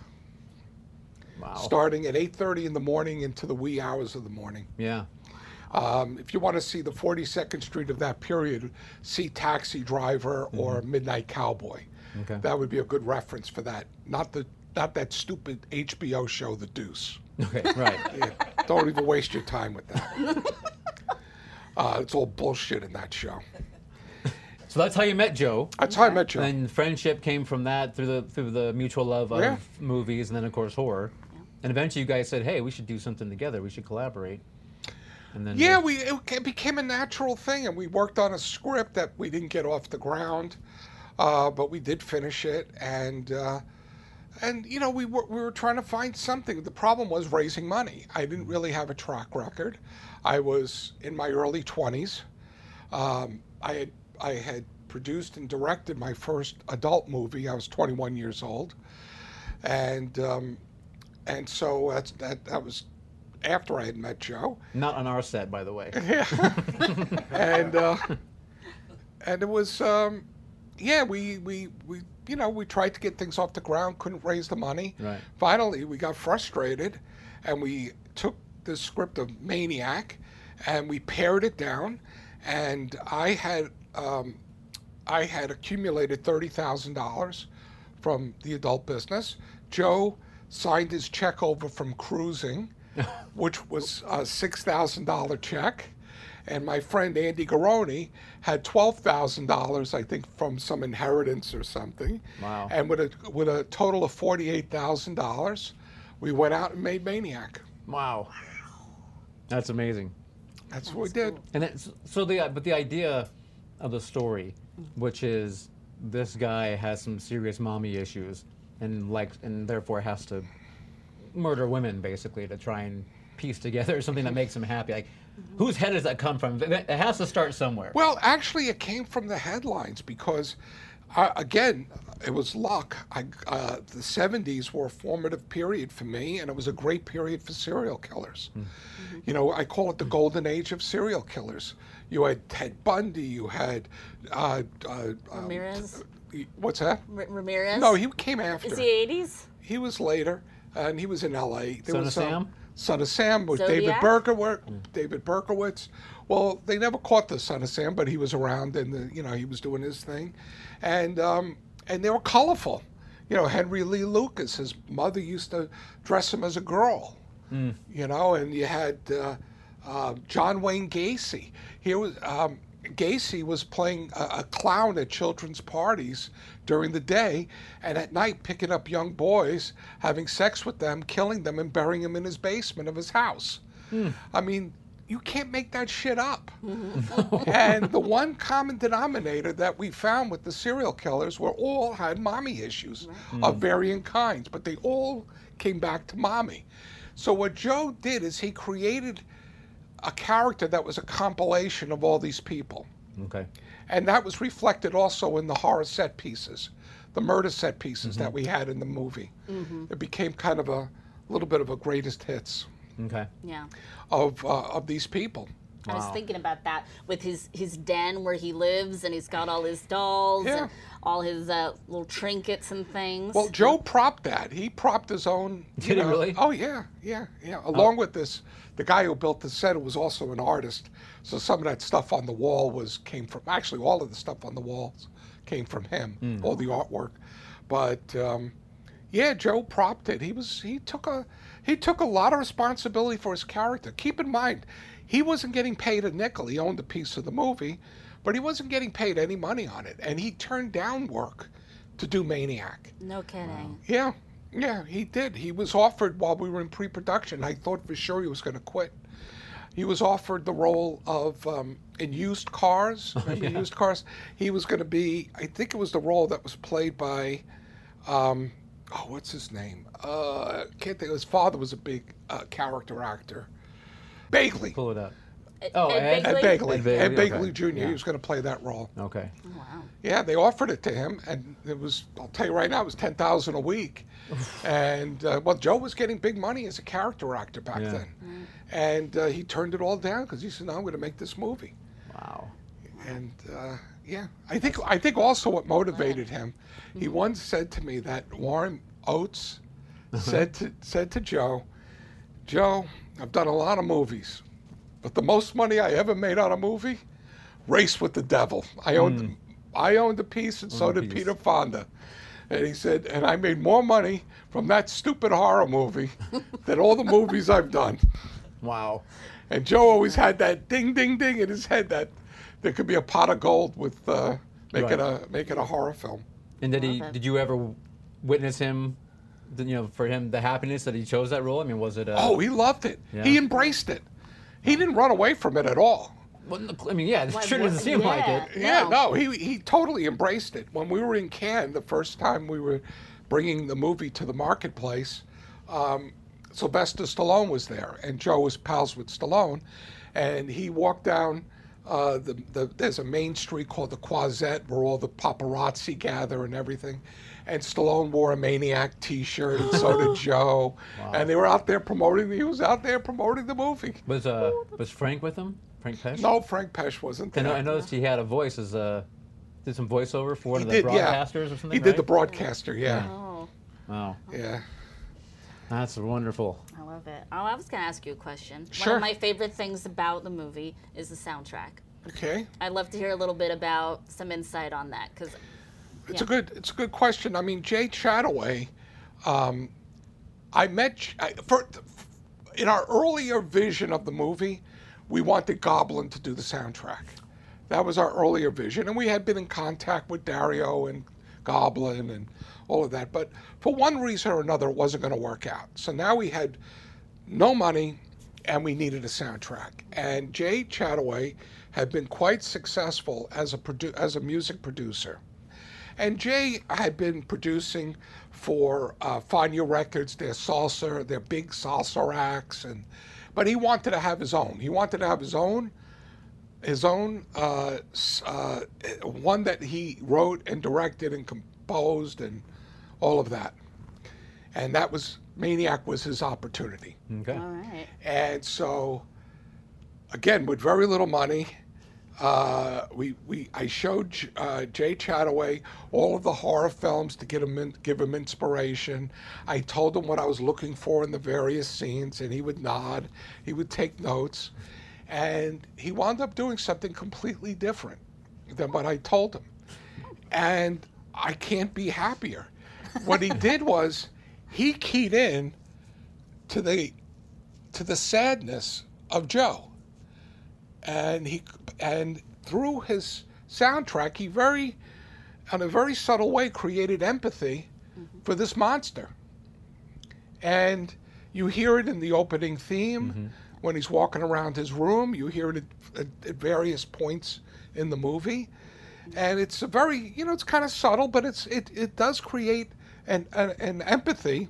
S2: Wow.
S5: starting at 8:30 in the morning into the wee hours of the morning.
S2: Yeah.
S5: Um, if you want to see the 42nd Street of that period, see Taxi Driver or Midnight Cowboy.
S2: Okay.
S5: That would be a good reference for that. Not the not that stupid HBO show, The Deuce.
S2: Okay. Right.
S5: Yeah, don't even waste your time with that. uh, it's all bullshit in that show.
S2: so that's how you met Joe.
S5: That's how I met you.
S2: And friendship came from that through the through the mutual love of
S5: Oh, Yeah.
S2: movies, and then of course horror. And eventually, you guys said, "Hey, we should do something together. We should collaborate." And then
S5: Yeah, we it ca- became a natural thing, and we worked on a script that we didn't get off the ground, uh, but we did finish it, and uh, and you know we were we were trying to find something. The problem was raising money. I didn't really have a track record. I was in my early twenties. Um, I had I had produced and directed my first adult movie. I was 21 years old, and um, and so that's, that that was after I had met Joe
S2: not on our set, by the way.
S5: and uh, and it was um, yeah we, we we you know we tried to get things off the ground couldn't raise the money
S2: Right.
S5: finally we got frustrated and we took the script of maniac and we pared it down and i had um, i had accumulated $30000 from the adult business joe signed his check over from cruising which was a $6000 check and my friend Andy Garoni had twelve thousand dollars, I think, from some inheritance or something.
S2: Wow.
S5: And with a with a total of forty eight thousand dollars, we went out and made Maniac.
S2: wow, that's amazing.
S5: That's, what we did.
S2: And it's, so the but the idea of the story, which is this guy has some serious mommy issues, and like and therefore has to murder women basically to try and piece together something that makes him happy. Like, whose head does that come from? It it has to start somewhere.
S5: Well, actually, it came from the headlines because I, again, it was luck. I, uh, the 70s were a formative period for me, and it was a great period for serial killers. You know, I call it the golden age of serial killers. You had Ted Bundy, you had. Uh, uh, um,
S1: Ramirez?
S5: t- what's that?
S1: R- Ramirez?
S5: No, he came after.
S1: Is he 80s?
S5: He was later, and he was in L.A. There
S2: Son
S5: was
S2: of
S5: some-
S2: Sam? Hmm.
S5: Son of Sam was David
S1: Zodiac?
S5: Berkowitz. David Berkowitz. Well, they never caught the Son of Sam, but he was around, and the, you know he was doing his thing, and um, and they were colorful. You know, Henry Lee Lucas. His mother used to dress him as a girl. You know, and you had uh, uh, John Wayne Gacy. Here was. Um, Gacy was playing a, a clown at children's parties during the day and at night picking up young boys, having sex with them, killing them, and burying them in his basement of his house. I mean, you can't make that shit up. and the one common denominator that we found with the serial killers were all had mommy issues of varying kinds, but they all came back to mommy. So what Joe did is he created a character that was a compilation of all these people.
S2: Okay.
S5: And that was reflected also in the horror set pieces, the murder set pieces that we had in the movie. It became kind of a little bit of a greatest hits
S2: Okay.
S1: Yeah.
S5: of uh, of these people.
S1: I was thinking about that with his his den where he lives, and he's got all his dolls and
S5: Yeah.
S1: all his uh, little trinkets and things.
S5: Well, Joe propped that. He propped his own. you
S2: Did he
S5: know-
S2: really? Oh.
S5: Oh yeah, yeah, yeah. Along with this, the guy who built the set was also an artist. So some of that stuff on the wall was came from. Actually, all of the stuff on the walls came from him.
S2: Hmm.
S5: All the artwork, but um, yeah, Joe propped it. He was he took a he took a lot of responsibility for his character. Keep in mind, he wasn't getting paid a nickel. He owned a piece of the movie, but he wasn't getting paid any money on it, and he turned down work to do Maniac.
S1: no kidding.
S5: Yeah, yeah, he did. He was offered while we were in pre-production. I thought for sure he was going to quit. He was offered the role of um, in used cars. remember Used cars. He was going to be. I think it was the role that was played by. Um, oh, what's his name? Uh, can't think. His father was a big uh, character actor. Bagley.
S2: Pull it up.
S1: Ed-
S2: Oh,
S1: Ed
S2: Ed-
S5: Ed
S1: Begley?
S5: Bagley.
S2: Ed
S5: Ed
S2: Bagley,
S5: Bagley,
S2: okay.
S5: Jr.
S2: Yeah.
S5: He was going to play that role.
S2: Okay.
S1: Wow.
S5: Yeah, they offered it to him, and it was, I'll tell you right now, it was 10000 a week. and, uh, well, Joe was getting big money as a character actor back
S2: Yeah.
S5: then. And uh, he turned it all down because he said, no, I'm going to make this movie.
S2: Wow.
S5: And, uh, yeah, I think, I think also what motivated him,
S2: Mm-hmm.
S5: he once said to me that Warren Oates said, to, said to Joe, Joe, I've done a lot of movies, but the most money I ever made on a movie, Race with the Devil. I owned, I owned the piece, and so
S2: Mm. Owned the
S5: did
S2: piece.
S5: Peter Fonda. And he said, and I made more money from that stupid horror movie than all the movies I've done.
S2: Wow.
S5: And Joe always had that ding, ding, ding in his head that there could be a pot of gold with uh, making
S2: Right.
S5: a making a horror film.
S2: And did he?
S1: Love it.
S2: Did you ever witness him? the- You know, for him, the happiness that he chose that role. I mean, was it? Uh,
S5: Oh, he loved it.
S2: Yeah.
S5: He embraced it. He didn't run away from it at all.
S2: well, look, I mean, yeah, it
S1: Why
S2: sure doesn't
S1: wouldn't-
S2: seem like
S1: yeah.
S2: it.
S5: Yeah,
S1: No.
S5: no, he he totally embraced it. When we were in Cannes the first time we were bringing the movie to the marketplace, um, Sylvester Stallone was there, and Joe was pals with Stallone, and he walked down. Uh, the, the, there's a main street called the Quasette where all the paparazzi gather and everything. And Stallone wore a Maniac t shirt, and so did Joe. And they were out there promoting, he was out there promoting the movie.
S2: Was uh, was Frank with him? Frank Pesh.
S5: Oh, No, Frank Pesh wasn't
S2: I,
S5: there.
S2: know, I noticed he had a voice as uh, did some voiceover for one
S5: He
S2: of the
S5: did, yeah.
S2: broadcasters or something.
S5: He
S2: right?
S5: did the broadcaster, yeah.
S1: Oh,
S2: Wow,
S5: Yeah.
S2: that's wonderful.
S1: I love it. Oh, I was going to ask you a question. One
S5: Sure.
S1: of my favorite things about the movie is the soundtrack.
S5: Okay.
S1: I'd love to hear a little bit about some insight on that because
S5: It's
S1: Yeah.
S5: a good it's a good question. I mean, Jay Chataway, um, I met Ch- I, for in our earlier vision of the movie, we wanted Goblin to do the soundtrack. That was our earlier vision, and we had been in contact with Dario and Goblin and all of that. But for one reason or another, it wasn't going to work out. So now we had no money, and we needed a soundtrack. And Jay Chataway had been quite successful as a produ- as a music producer. And Jay had been producing for uh, Fania Records, their salsa, their big salsa acts, and but he wanted to have his own. He wanted to have his own his own uh, s- uh, one that he wrote and directed and composed and all of that. And that was Maniac was his opportunity.
S2: Okay.
S5: Uh,
S1: All right.
S5: And so, again, with very little money, uh, we, we I showed J- uh, Jay Chataway all of the horror films to get him in, give him inspiration. I told him what I was looking for in the various scenes, and he would nod. He would take notes, and he wound up doing something completely different than what I told him. And I can't be happier. What he did was he keyed in to the to the sadness of Joe. And he and through his soundtrack, he very, in a very subtle way, created empathy for this monster. And you hear it in the opening theme when he's walking around his room. You hear it at, at, at various points in the movie, and it's a very you know it's kind of subtle, but it's it, it does create an, an, an empathy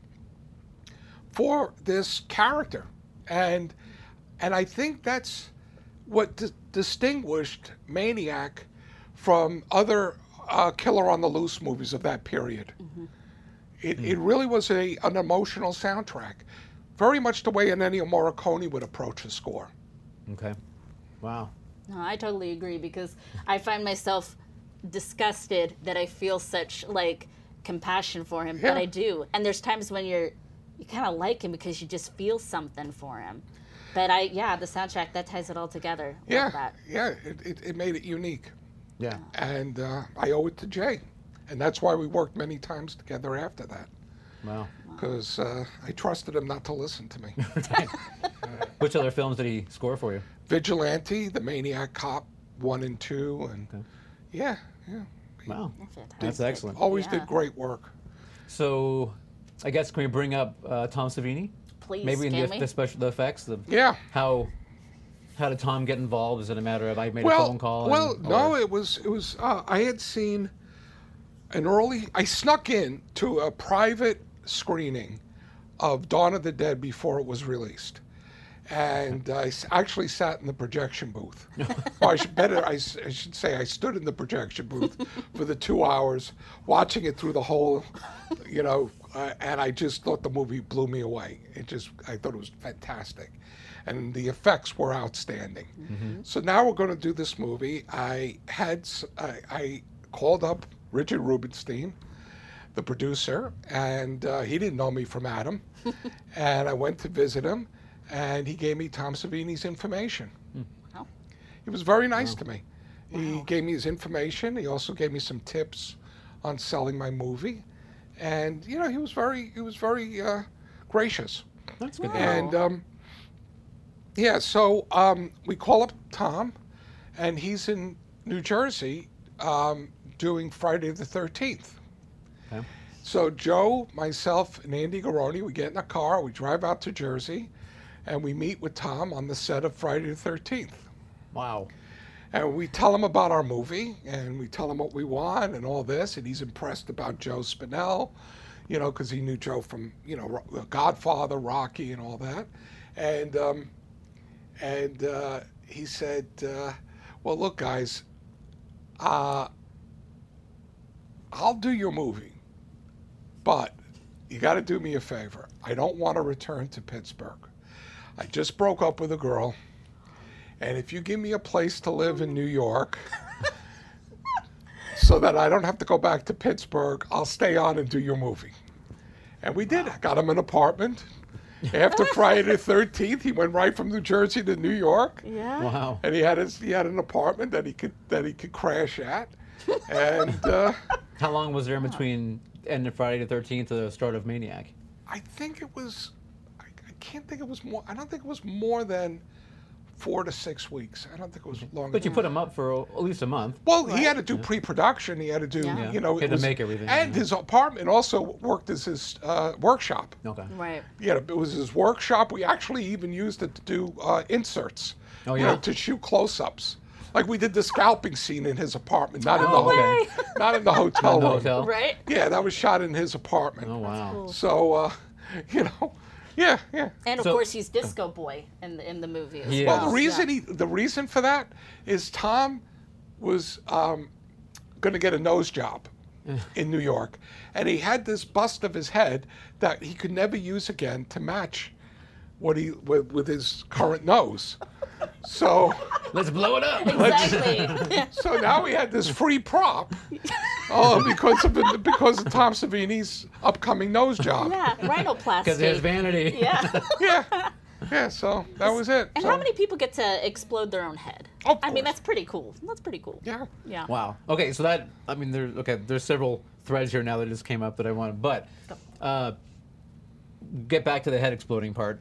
S5: for this character and and i think that's what di- distinguished maniac from other uh, killer on the loose movies of that period
S1: Mm-hmm.
S5: it, it really was a an emotional soundtrack very much the way an Ennio Morricone would approach a score.
S2: Okay. Wow.
S1: No, I totally agree because I find myself disgusted that I feel such like compassion for him,
S5: Yeah.
S1: but I do. And there's times when you're you kind of like him because you just feel something for him. But I, yeah, the soundtrack that ties it all together. Love
S5: Yeah,
S1: that.
S5: yeah, it, it, it made it unique.
S2: Yeah.
S5: And uh, I owe it to Jay. And that's why we worked many times together after that,
S2: Wow.
S5: because uh, I trusted him not to listen to me.
S2: Which other films did he score for you?
S5: Vigilante, The Maniac Cop, one and two, and yeah, yeah,
S2: Wow.
S1: Fantastic.
S2: That's excellent.
S5: always
S1: Yeah.
S5: did great work.
S2: So, I guess can we bring up uh, Tom Savini?
S1: Please,
S2: Maybe in
S1: can
S2: the,
S1: we?
S2: the special the effects. The,
S5: Yeah.
S2: How how did Tom get involved? Is it a matter of I made a
S5: Well,
S2: phone call?
S5: well,
S2: and,
S5: no,
S2: or-
S5: it was it was. Uh, I had seen an early. I snuck in to a private screening of Dawn of the Dead before it was released, and I s- actually sat in the projection booth. or I should better. I, s- I should say I stood in the projection booth for the two hours, watching it through the whole. You know, uh, and I just thought the movie blew me away. It just, I thought it was fantastic, and the effects were outstanding. So now we're going to do this movie. I had s- I, I called up Richard Rubenstein, the producer, and uh, he didn't know me from Adam. and I went to visit him, and he gave me Tom Savini's information.
S1: Wow.
S5: He was very nice to me. He gave me his information. He also gave me some tips on selling my movie, and you know he was very he was very uh, gracious.
S2: that's good. to know.
S5: And um, yeah, so um, we call up Tom, and he's in New Jersey um, doing Friday the 13th.
S2: Okay.
S5: So Joe, myself, and Andy Garoni, we get in a car, we drive out to Jersey, and we meet with Tom on the set of Friday the 13th.
S2: Wow.
S5: And we tell him about our movie, and we tell him what we want, and all this, and he's impressed about Joe Spinell, you know, because he knew Joe from you know Ro- uh, Godfather, Rocky, and all that, and um, and uh, he said, uh, "Well, look, guys, uh, I'll do your movie, but you got to do me a favor. I don't want to return to Pittsburgh. I just broke up with a girl." And if you give me a place to live in New York so that I don't have to go back to Pittsburgh, I'll stay on and do your movie. And we did. I got him an apartment. After Friday the 13th, he went right from New Jersey to New York
S1: Yeah.
S2: Wow.
S5: and he had his he had an apartment that he could that he could crash at. And uh,
S2: How long was there in between end of Friday the Thirteenth to the start of Maniac?
S5: I think it was I, I can't think it was more I don't think it was more than 4 to 6 weeks. I don't think it was longer.
S2: But you
S5: than
S2: put him up for o- at least a month.
S5: Well, he had to do pre-production. He had to do,
S1: Yeah.
S5: you know,
S2: He had to make everything,
S5: And
S2: yeah.
S5: his apartment also worked as his uh, workshop.
S2: Okay.
S1: Right.
S5: You know, it was his workshop. We actually even used it to do uh, inserts.
S2: Oh,
S5: you
S2: yeah?
S5: know, to shoot close-ups. Like we did the scalping scene in his apartment, not in the
S2: Oh,
S5: ho-
S2: okay.
S5: not in the hotel
S2: The
S5: room.
S2: hotel.
S1: Right.
S5: Yeah, that was shot in his apartment.
S2: Oh wow.
S5: So, uh, you know, Yeah, yeah.
S6: And of
S2: So-
S6: course, he's Disco Boy in the, in the movie. as
S2: Yeah.
S5: Well,
S2: Yeah.
S5: the reason he the reason for that is Tom was um, going to get a nose job in New York, and he had this bust of his head that he could never use again to match what he with, with his current nose. So,
S2: Let's blow it up.
S6: Exactly.
S5: so now he had this free prop, all because of because of Tom Savini's upcoming nose job.
S6: yeah, rhinoplasty.
S2: Because there's vanity.
S6: yeah.
S5: Yeah, yeah. So that was it.
S6: And
S5: So-
S6: how many people get to explode their own head?
S5: Of
S6: I mean,
S5: course.
S6: that's pretty cool. That's pretty cool.
S5: Yeah.
S6: Yeah.
S2: Wow. Okay, so that I mean, there's okay. There's several threads here now that just came up that I wanted, but uh, get back to the head exploding part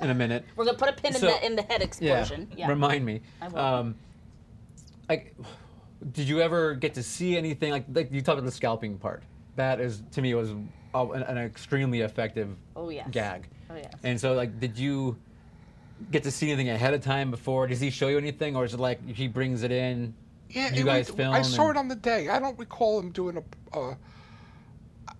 S2: in a minute.
S6: We're gonna put a pin
S2: So-
S6: in the in the head explosion. Yeah.
S2: Remind me.
S6: I will.
S2: Um, I, did you ever get to see anything like like you talked about the scalping part? That is to me was a- an, an extremely effective
S6: Oh, yes.
S2: gag.
S6: Oh, yes.
S2: And so like, did you get to see anything ahead of time before? Does he show you anything, or is it like he brings it in?
S5: Yeah,
S2: you
S5: it
S2: guys
S5: was-
S2: film.
S5: I saw
S2: and-
S5: it on the day. I don't recall him doing a. Uh,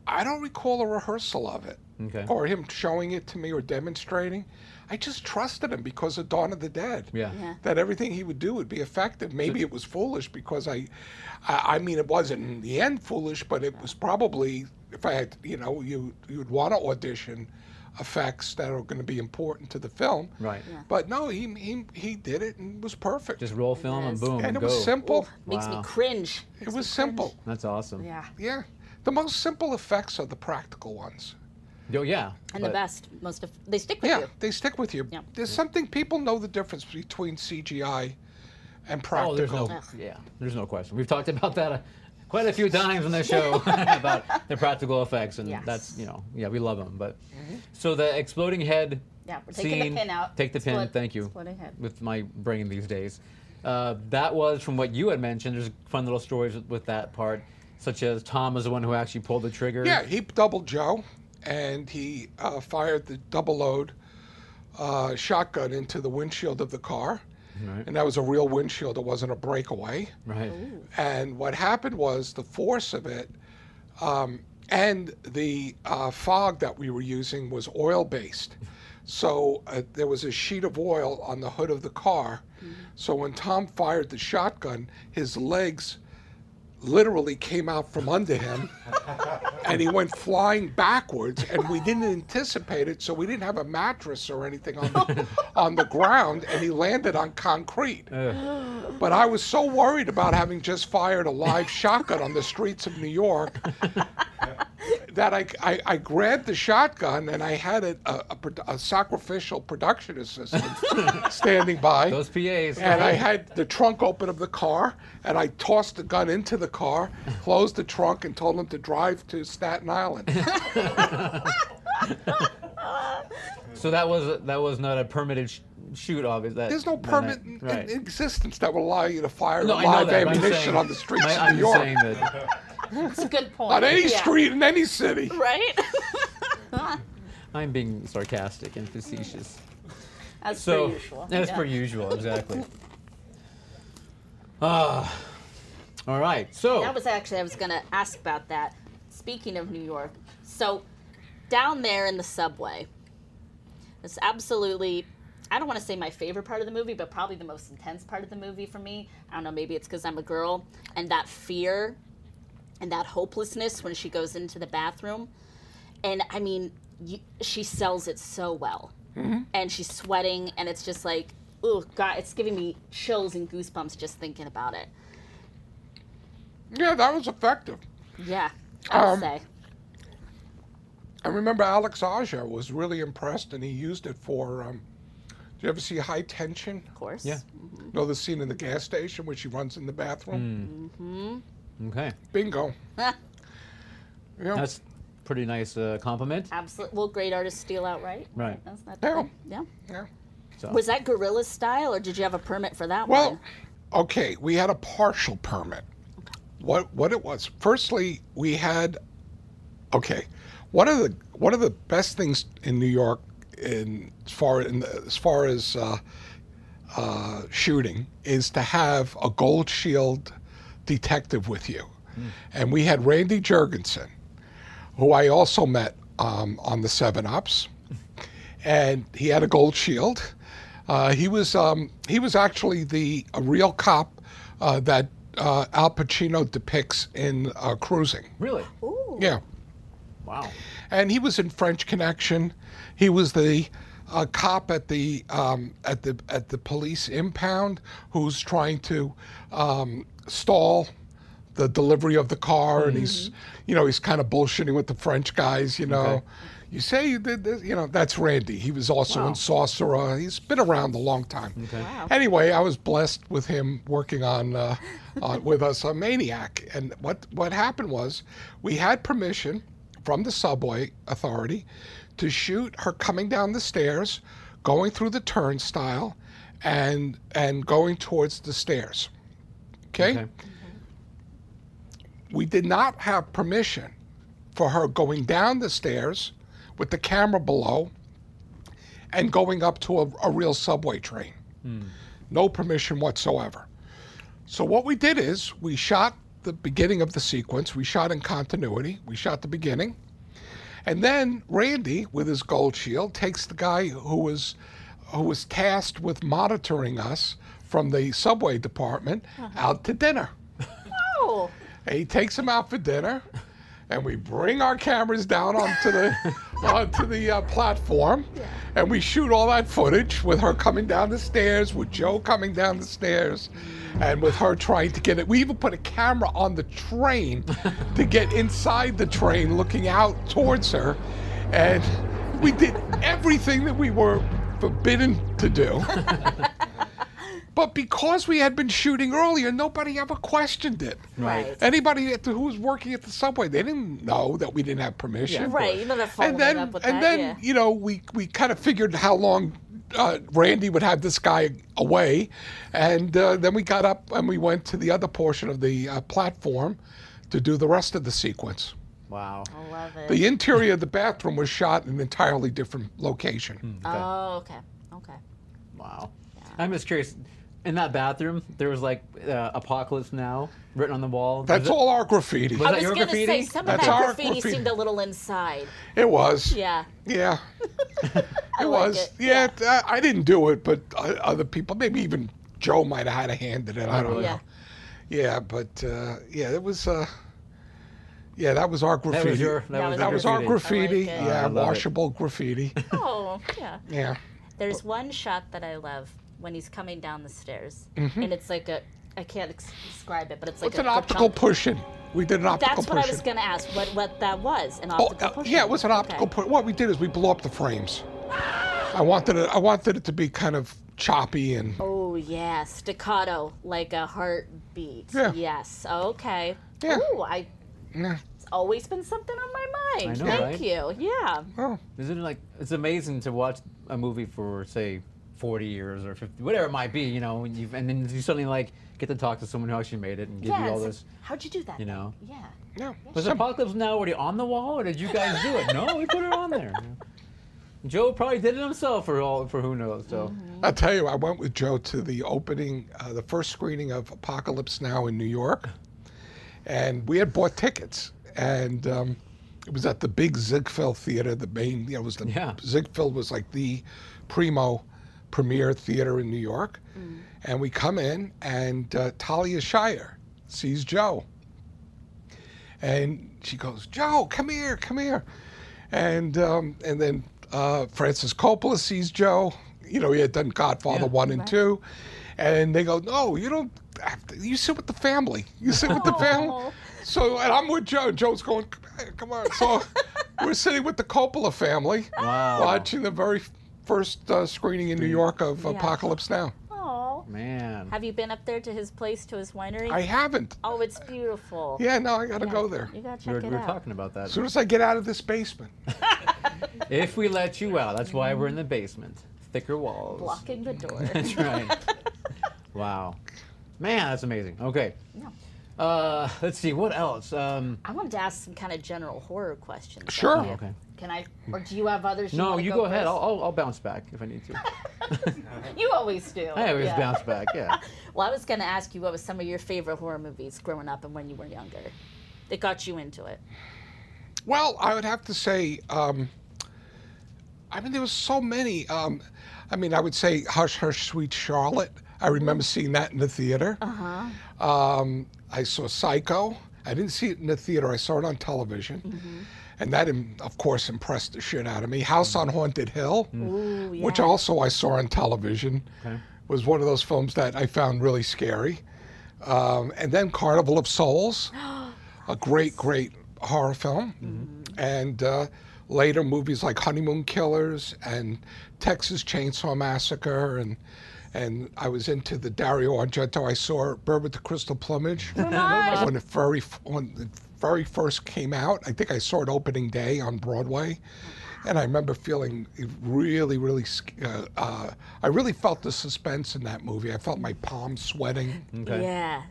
S5: I don't recall a rehearsal of it,
S2: Okay.
S5: or him showing it to me or demonstrating. I just trusted him because of Dawn of the Dead.
S2: Yeah.
S6: Yeah.
S5: That everything he would do would be effective. Maybe it was foolish because I, I, I mean, it wasn't in the end foolish, but it was probably if I had, you know, you you'd want to audition effects that are going to be important to the film.
S2: Right. Yeah.
S5: But no, he he he did it and was perfect.
S2: Just roll film and
S6: is.
S2: boom.
S5: and it
S2: go.
S5: was simple.
S6: Makes me
S2: Wow.
S6: cringe.
S5: It was simple.
S2: That's awesome.
S6: Yeah.
S5: Yeah. The most simple effects are the practical ones.
S2: Yo, yeah.
S6: And
S2: but-
S6: the best, most of they stick with
S5: Yeah,
S6: you.
S5: they stick with you.
S6: Yeah.
S5: There's something people know the difference between CGI and practical.
S2: Oh, there's no. Yeah, there's no question. We've talked about that uh, quite a few times on the show about the practical effects, and
S6: Yes. Mm-hmm.
S2: that's you know, yeah, we love them. But so the exploding head.
S6: Yeah, we're taking the
S2: scene-
S6: pin out.
S2: Take the pin.
S6: Explode-
S2: thank you.
S6: exploding head.
S2: With my brain these days, uh, that was from what you had mentioned. There's fun little stories with, with that part, such as Tom was the one who actually pulled the trigger.
S5: Yeah, he doubled Joe, and he uh, fired the double load uh, shotgun into the windshield of the car, and that was a real windshield. It wasn't a breakaway.
S2: Right.
S5: And what happened was the force of it, um, and the uh, fog that we were using was oil based. So uh, there was a sheet of oil on the hood of the car. So when Tom fired the shotgun, his legs literally came out from under him and he went flying backwards and we didn't anticipate it so we didn't have a mattress or anything on the, on the ground and he landed on concrete but I was so worried about having just fired a live shotgun on the streets of New York that I, I, I grabbed the shotgun and I had a, a, a, pro- a sacrificial production assistant standing by.
S2: Those PAs.
S5: and I had the trunk open of the car, and I tossed the gun into the car, closed the trunk, and told him to drive to Staten Island.
S2: So that was that was not a permitted sh- shoot, obviously. That,
S5: There's no
S2: that
S5: permit
S2: night.
S5: in, in
S2: Right.
S5: existence that will allow you to fire
S2: No, I know
S5: live
S2: that, but I'm
S5: ammunition
S2: saying-
S5: on the streets
S2: I-
S5: of
S2: I'm
S5: New York.
S2: saying that-
S6: That's a good point.
S5: On any
S6: Yeah.
S5: street in any city.
S6: Right?
S2: I'm being sarcastic and facetious.
S6: As
S2: So
S6: per usual.
S2: as
S6: Yeah.
S2: per usual, exactly. Ah, all right. So
S6: That was actually I was gonna ask about that. Speaking of New York, so down there in the subway, it's absolutely. I don't want to say my favorite part of the movie, but probably the most intense part of the movie for me. I don't know, maybe it's because I'm a girl, and that fear and that hopelessness when she goes into the bathroom. And I mean, you, she sells it so well. And she's sweating, and it's just like, oh, God, it's giving me chills and goosebumps just thinking about it.
S5: Yeah, that was effective.
S6: Yeah, I would
S5: Um,
S6: say.
S5: I remember Alex Aja was really impressed, and he used it for. Um, did you ever see High Tension?
S6: Of course.
S2: yeah.
S5: Know the scene in the gas station where she runs in the bathroom?
S2: Okay,
S5: Bingo. Yeah.
S2: that's pretty nice uh, compliment.
S6: Absolutely. Well, great artists steal outright.
S2: Right.
S6: That's not
S5: Yeah.
S6: Yeah.
S5: yeah.
S2: So
S6: Was that guerrilla style, or did you have a permit for that
S5: Oh. Well,
S6: one?
S5: okay, we had a partial permit. What what it was? Firstly, we had okay. One of the one of the best things in New York, in as far in the, as far as uh, uh, shooting, is to have a gold shield detective with you, and we had Randy Jurgensen, who I also met um, on the Seven Ups, and he had a gold shield. Uh, he was um, he was actually the a real cop uh, that uh, Al Pacino depicts in uh, Cruising.
S2: Really?
S5: Yeah,
S2: Wow.
S5: and he was in French Connection. He was the uh, cop at the um, at the at the police impound who's trying to um, stall the delivery of the car, and he's you know he's kind of bullshitting with the French guys. You know, you say you did this. You know, that's Randy. He was also in Sorcerer. He's been around a long time.
S1: Wow.
S5: Anyway, I was blessed with him working on, uh, on with us on Maniac, and what what happened was we had permission from the subway authority to shoot her coming down the stairs, going through the turnstile, and and going towards the stairs. okay.
S2: Okay.
S5: We did not have permission for her going down the stairs with the camera below and going up to a, a real subway train. No permission whatsoever. So, what we did is we shot the beginning of the sequence, we shot in continuity, we shot the beginning. And then Randy, with his gold shield, takes the guy who was who was tasked with monitoring us from the subway department out to dinner.
S1: Oh,
S5: And he takes him out for dinner, and we bring our cameras down onto the onto the uh, platform, and we shoot all that footage with her coming down the stairs, with Joe coming down the stairs, and with her trying to get it. We even put a camera on the train to get inside the train, looking out towards her, and we did everything that we were forbidden to do. But because we had been shooting earlier, nobody ever questioned it.
S1: Right.
S5: Anybody at the, who was working at the subway, they didn't know that we didn't have permission.
S1: right. You know they're following
S5: And then,
S1: up with
S5: and
S1: that.
S5: then,
S1: yeah.
S5: you know, we we kind of figured how long uh, Randy would have this guy away, and uh, then we got up and we went to the other portion of the uh, platform to do the rest of the sequence.
S2: Wow.
S1: I love it.
S5: The interior of the bathroom was shot in an entirely different location.
S2: Hmm.
S1: oh, okay. Okay.
S2: Wow. I'm just curious. In that bathroom, there was like uh, "Apocalypse Now" written on the wall.
S5: That's
S2: Was it-
S5: all our graffiti.
S2: Was
S1: I
S2: that
S1: was
S2: your
S1: gonna say
S2: graffiti?
S1: some
S5: That's
S1: of that
S5: our
S1: graffiti,
S5: graffiti.
S1: seemed a little inside.
S5: It was.
S1: Yeah.
S5: Yeah. it
S1: like
S5: was.
S1: it.
S5: Yeah, it- I- I didn't do it, but uh, other people, maybe even Joe might have had a hand in it. I don't
S1: Yeah.
S5: know. Yeah, but uh, yeah, it was. Uh, yeah, that was our graffiti.
S2: That was your. That,
S1: That
S2: was,
S1: was
S2: your
S5: That was our graffiti.
S1: I like it.
S5: yeah,
S2: I love it.
S5: washable graffiti.
S1: Oh, yeah.
S5: yeah.
S1: There's one shot that I love when he's coming down the stairs, and it's like a I can't ex- describe it, but it's like
S5: It's
S1: a
S5: Mm-hmm. an optical
S1: push.
S5: pushing. We did an
S1: That's
S5: optical
S1: what I
S5: pushing.
S1: was gonna ask. What what that was? An
S5: Oh,
S1: optical
S5: uh,
S1: push.
S5: yeah, it was an optical push. What we did is we blew up the frames. I wanted it. I wanted it to be kind of choppy and
S1: Oh yeah, staccato like a heartbeat.
S5: Yeah.
S1: Yes. Okay.
S5: Yeah.
S1: Ooh, I. It's always been something on my mind.
S2: I know,
S1: Thank
S2: right?
S1: you. Yeah.
S2: Isn't it like it's amazing to watch a movie for say 40 years or 50, whatever it might be, you know, and, you've, and then you suddenly like get to talk to someone who actually made it and give
S1: yeah.
S2: you all
S1: it's
S2: this,
S1: like, how'd you do that?
S2: you
S1: thing?
S2: know.
S1: Yeah.
S5: yeah.
S2: Was Apocalypse Now already on the wall, or did you guys do it? No, we put it on there. Joe probably did it himself for all for who knows. So
S5: I'll tell you, I went with Joe to the opening, uh, the first screening of Apocalypse Now in New York, and we had bought tickets, and um, it was at the big Ziegfeld Theater, the main, you know, it was the
S2: Yeah.
S5: Ziegfeld was like the primo premier theater in New York, and we come in, and uh, Talia Shire sees Joe, and she goes, Joe, come here, come here. And um, and then uh, Francis Coppola sees Joe. You know, he had done Godfather one and two, and they go, "No, you don't. Have to, you sit with the family. You sit with the family." So, and I'm with Joe. Joe's going, "Come on, "Come on." So, we're sitting with the Coppola family,
S2: Wow.
S5: watching the very first uh, screening in New York of Apocalypse Now.
S1: Oh.
S2: man,
S1: Have you been up there to his place to his winery?
S5: I haven't.
S1: oh, it's beautiful.
S5: Yeah, no, I got to go there.
S1: You gotta check
S2: we were,
S1: it
S2: we were
S1: out.
S2: talking about that.
S5: As soon as I get out of this basement.
S2: If we let you out, that's why we're in the basement, thicker walls.
S1: Blocking the door.
S2: That's right. wow, man, that's amazing. Okay. Uh, let's see what else. Um,
S1: I wanted to ask some kind of general horror questions. though.
S5: Sure.
S2: okay.
S1: Can I, or do you have others?
S2: No,
S1: wanna
S2: you go, ahead.
S1: first?
S2: I'll, I'll, I'll bounce back if I need to.
S1: You always do.
S2: I always
S1: yeah.
S2: bounce back. Yeah.
S1: Well, I was going to ask you what was some of your favorite horror movies growing up and when you were younger that got you into it.
S5: Well, I would have to say, um, I mean, there was so many. Um, I mean, I would say Hush Hush Sweet Charlotte. I remember seeing that in the theater. Uh-huh. Um, I saw Psycho. I didn't see it in the theater. I saw it on television.
S1: Mm-hmm.
S5: And that, im- of course, impressed the shit out of me. House on Haunted Hill,
S1: Ooh, yeah.
S5: which also I saw on television, was one of those films that I found really scary. Um, and then Carnival of Souls, a great, great horror film. And uh, later movies like Honeymoon Killers and Texas Chainsaw Massacre. And, and I was into the Dario Argento. I saw Bird with the Crystal Plumage when it very f- when it very first came out. I think I saw it opening day on Broadway, and I remember feeling really, really. sc- Uh, uh, I really felt the suspense in that movie. I felt my palms sweating.
S6: Mm.
S2: Okay.
S1: Yeah.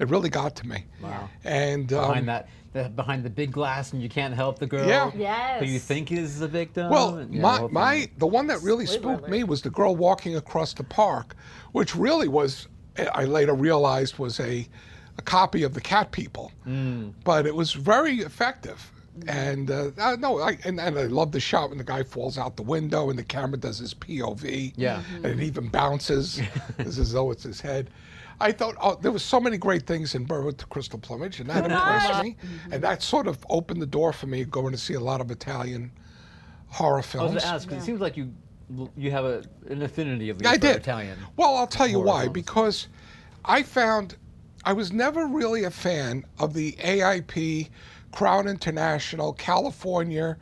S5: It really got to me. Wow. And um,
S2: Behind that, the, behind the big glass, and you can't help the girl.
S5: Yeah.
S1: Yes.
S2: Who you think is the victim?
S5: Well,
S2: and, yeah,
S5: my,
S2: hopefully-
S5: my the one that really
S1: Spoiler
S5: spooked me was the girl walking across the park, which really was I later realized was a, a copy of the Cat People,
S2: Mm.
S5: but it was very effective. And uh, I- no, I, and, and I love the shot when the guy falls out the window and the camera does his POV.
S2: Yeah.
S5: and it even bounces it's as though it's his head. I thought oh, there was so many great things in Bird with the Crystal Plumage, and that impressed me. And that sort of opened the door for me going to see a lot of Italian horror
S2: I was
S5: films.
S2: going to ask 'cause it seems like you you have a, an affinity of
S5: I
S2: for
S5: did.
S2: Italian.
S5: Well, I'll tell you
S2: horror
S5: why.
S2: films.
S5: Because I found I was never really a fan of the AIP, Crown International, California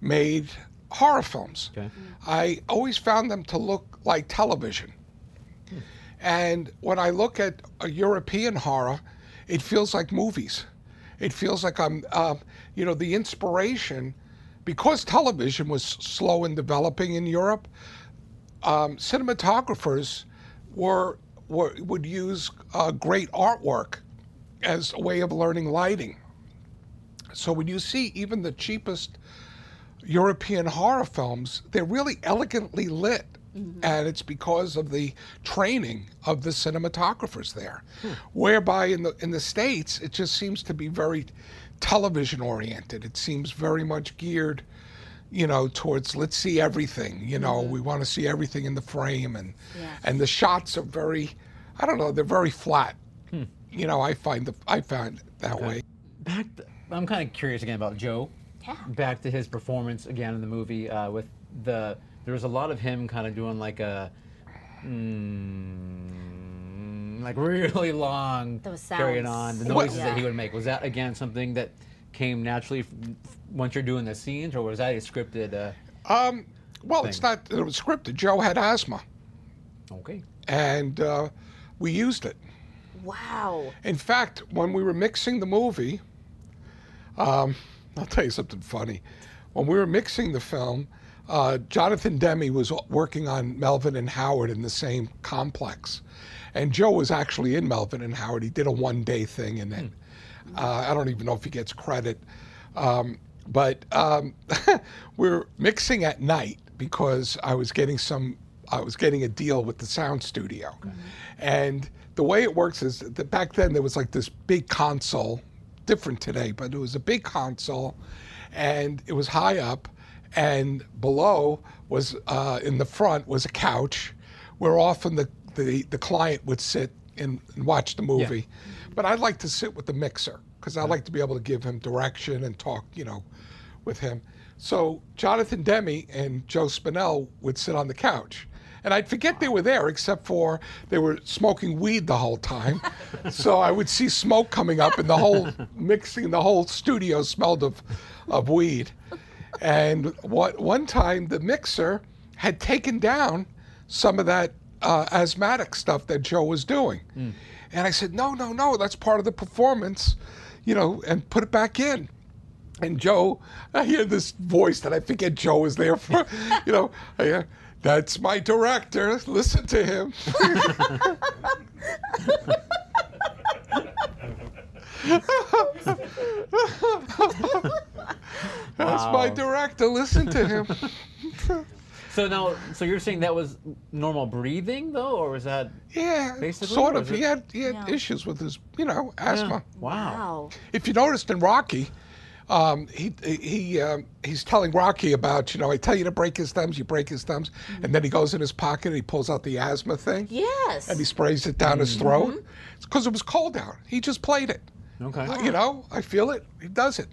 S5: made horror films.
S2: Okay.
S5: I always found them to look like television. And when I look at a European horror, it feels like movies. It feels like I'm, um, you know, the inspiration, because television was slow in developing in Europe, um, cinematographers were, were would use uh, great artwork as a way of learning lighting. So when you see even the cheapest European horror films, they're really elegantly lit. And it's because of the training of the cinematographers there, whereby in the in the states it just seems to be very television oriented. It seems very much geared, you know, towards let's see everything. You know, we want to see everything in the frame, and and the shots are very, I don't know, they're very flat. You know, I find the I find it that way.
S2: Back. To, I'm kind of curious again about Joe.
S1: Yeah.
S2: Back to his performance again in the movie uh, with the. There was a lot of him kind of doing like a. Mm, like really long.
S1: Those
S2: Carrying on
S1: sounds.
S2: the
S1: Well-
S2: noises that he
S1: Yeah.
S2: would make. Was that again something that came naturally f- f- once you're doing the scenes, or was that a scripted? Uh,
S5: Well, it's not it was scripted. Joe had asthma,
S2: okay.
S5: and uh, we used it.
S1: Wow.
S5: In fact, when we were mixing the movie, um, I'll tell you something funny. When we were mixing the film, uh, Jonathan Demi was working on Melvin and Howard in the same complex. And Joe was actually in Melvin and Howard. He did a one day thing in it. Uh, I don't even know if he gets credit. Um, but um, we we're mixing at night because I was getting some, I was getting a deal with the sound studio. And the way it works is that back then there was like this big console, different today, but it was a big console and it was high up. And below was, uh, in the front was a couch where often the, the, the client would sit and, and watch the movie. But I like to sit with the mixer because I like to be able to give him direction and talk, you know, with him. So Jonathan Demi and Joe Spinell would sit on the couch. And I'd forget they were there, except for they were smoking weed the whole time. so I would see smoke coming up, and the whole mixing, the whole studio smelled of, of weed. And what, one time, the mixer had taken down some of that uh, asthmatic stuff that Joe was doing.
S2: Hmm.
S5: And I said, no, no, no, that's part of the performance, you know, and put it back in. And Joe, I hear this voice that I forget Joe is there for, you know, I hear, that's my director, listen to him. That's my
S2: Wow.
S5: director, listen to him.
S2: So now, so you're saying that was normal breathing though, or was that?
S5: Yeah,
S2: Basically,
S5: sort
S2: or
S5: of.
S2: is
S5: He
S2: it-
S5: had, he had
S1: Yeah.
S5: issues with his, you know, asthma.
S2: Wow.
S1: Wow.
S5: If you noticed in Rocky, um, he he um, he's telling Rocky about you know I tell you to break his thumbs, you break his thumbs, and then he goes in his pocket and he pulls out the asthma thing
S1: Yes.
S5: and he sprays it down his throat. It's because it was cold out. He just played it.
S2: Okay.
S5: Uh, you know, I feel it. He does it.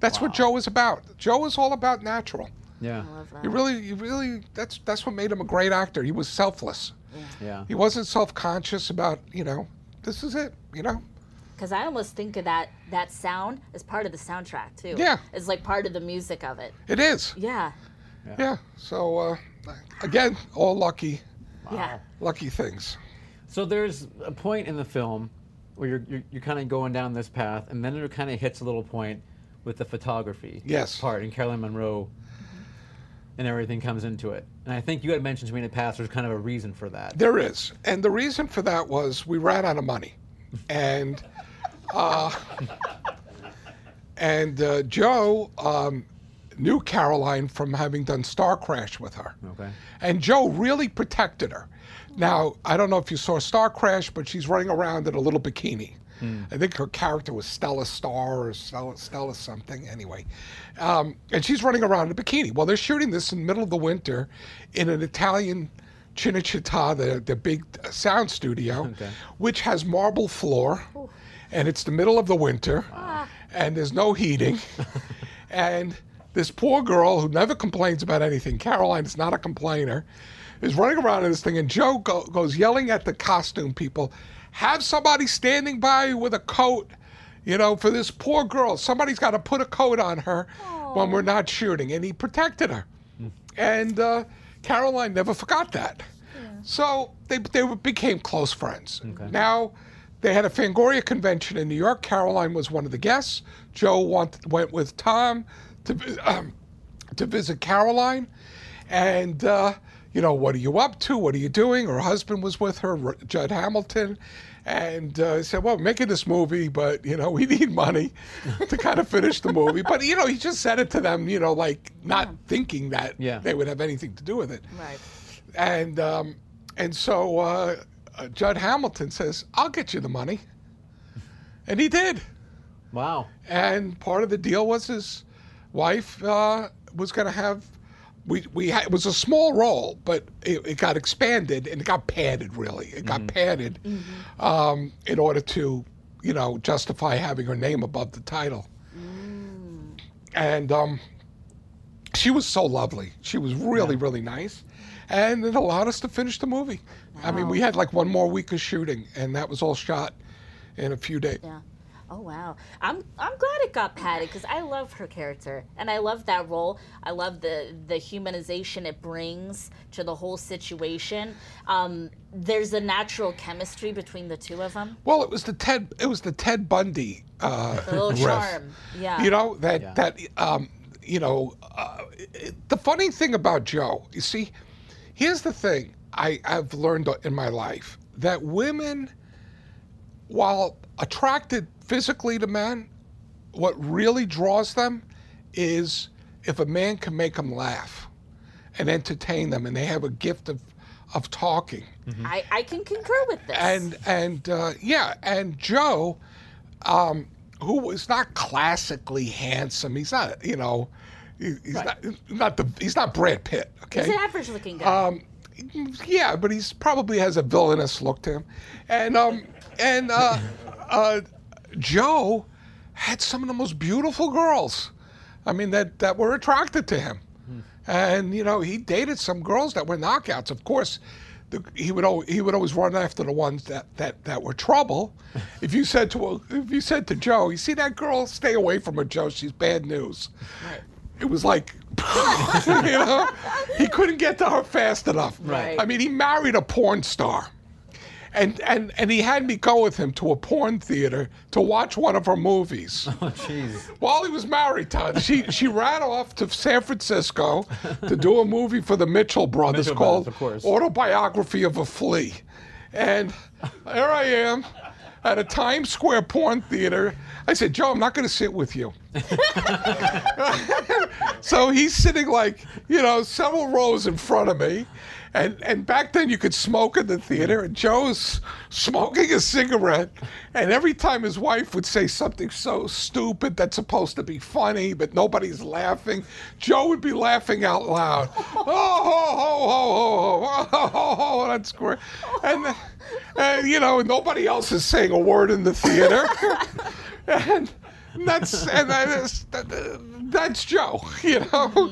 S5: That's what Joe is about. Joe is all about natural.
S2: Yeah.
S1: I love that.
S5: You really, you really. That's that's what made him a great actor. He was selfless.
S2: Yeah.
S5: He wasn't self-conscious about you know, this is it. You know,
S1: Because I almost think of that that sound as part of the soundtrack too.
S5: Yeah.
S1: It's like part of the music of it.
S5: it is.
S1: Yeah.
S5: Yeah. So uh, again, all lucky,
S1: Yeah.
S5: lucky things.
S2: So there's a point in the film where you're you're, you're kind of going down this path, and then it kind of hits a little point with the photography
S5: Yes.
S2: part, and Carolyn Monroe and everything comes into it. And I think you had mentioned to me in the past there's kind of a reason for that.
S5: There is, and the reason for that was we ran out of money, and uh, and uh, Joe um, knew Caroline from having done Star Crash with her,
S2: Okay.
S5: and Joe really protected her. Now I don't know if you saw Star Crash, but she's running around in a little bikini. I think her character was Stella Star or Stella, Stella something. Anyway, um, and she's running around in a bikini. Well, they're shooting this in the middle of the winter in an Italian Cinecittà, the, the big sound studio, which has marble floor, and it's the middle of the winter, and there's no heating, and this poor girl who never complains about anything, Caroline is not a complainer, is running around in this thing, and Joe go, goes yelling at the costume people, have somebody standing by with a coat. You know, for this poor girl, somebody's got to put a coat on her when we're not shooting. And he protected her. And uh, Caroline never forgot that. So they, they became close friends. Now, they had a Fangoria convention in New York. Caroline was one of the guests. Joe want, went with Tom to, vi- um, to visit Caroline. And, uh, you know, what are you up to? What are you doing? Her husband was with her, R- Judd Hamilton. And uh, he said, well, we're making this movie, but, you know, we need money to kind of finish the movie. But, you know, he just said it to them, you know, like not thinking that
S2: Yeah.
S5: they would have anything to do with it
S1: Right.
S5: and um, and so uh, uh, Judd Hamilton says, "I'll get you the money," and he did.
S2: Wow.
S5: And part of the deal was his wife uh, was going to have. We, we had, it was a small role, but it, it got expanded and it got padded, really. It got padded um, in order to, you know, justify having her name above the title. And um, she was so lovely. She was really, really nice. And it allowed us to finish the movie. I mean, we had like one more week of shooting, and that was all shot in a few days.
S1: Yeah. Oh wow. I'm I'm glad it got padded because I love her character and I love that role. I love the the humanization it brings to the whole situation. Um, there's a natural chemistry between the two of them.
S5: Well, it was the Ted. It was the Ted Bundy uh,
S1: A little
S5: riff.
S1: charm. Yeah.
S5: You know that that um, you know uh, it- the funny thing about Joe. You see, here's the thing I I've learned in my life that women, while attracted physically to men, what really draws them is if a man can make them laugh and entertain them, and they have a gift of of talking
S1: I, I can concur with this.
S5: and and uh, yeah, and Joe, um, who was not classically handsome, he's not, you know, he- he's not not the he's not Brad Pitt,
S1: he's an
S5: okay?
S1: average looking guy.
S5: Um, yeah, but he's probably has a villainous look to him, and um, and uh, uh, Joe had some of the most beautiful girls, I mean that that were attracted to him,
S2: Hmm.
S5: and you know he dated some girls that were knockouts. Of course, the, he would al- he would always run after the ones that that that were trouble. if you said to if you said to Joe, you see that girl, stay away from her, Joe. She's bad news it was like you know he couldn't get to her fast enough
S2: Right.
S5: i mean he married a porn star and, and and he had me go with him to a porn theater to watch one of her movies
S2: Oh, jeez.
S5: while he was married to her. She she ran off to San Francisco to do a movie for the Mitchell Brothers
S2: Mitchell
S5: called
S2: Brothers, of course.
S5: Autobiography of a Flea. And there I am. at a Times Square porn theater. I said, Joe, I'm not going to sit with you. so he's sitting like, you know, several rows in front of me. And, and back then you could smoke in the theater, and Joe's smoking a cigarette. And every time his wife would say something so stupid that's supposed to be funny, but nobody's laughing, Joe would be laughing out loud. Oh, ho, ho, ho, ho, ho, ho, ho, ho, that's great. And, and, you know, nobody else is saying a word in the theater. and that's, and that's, that's Joe, you know?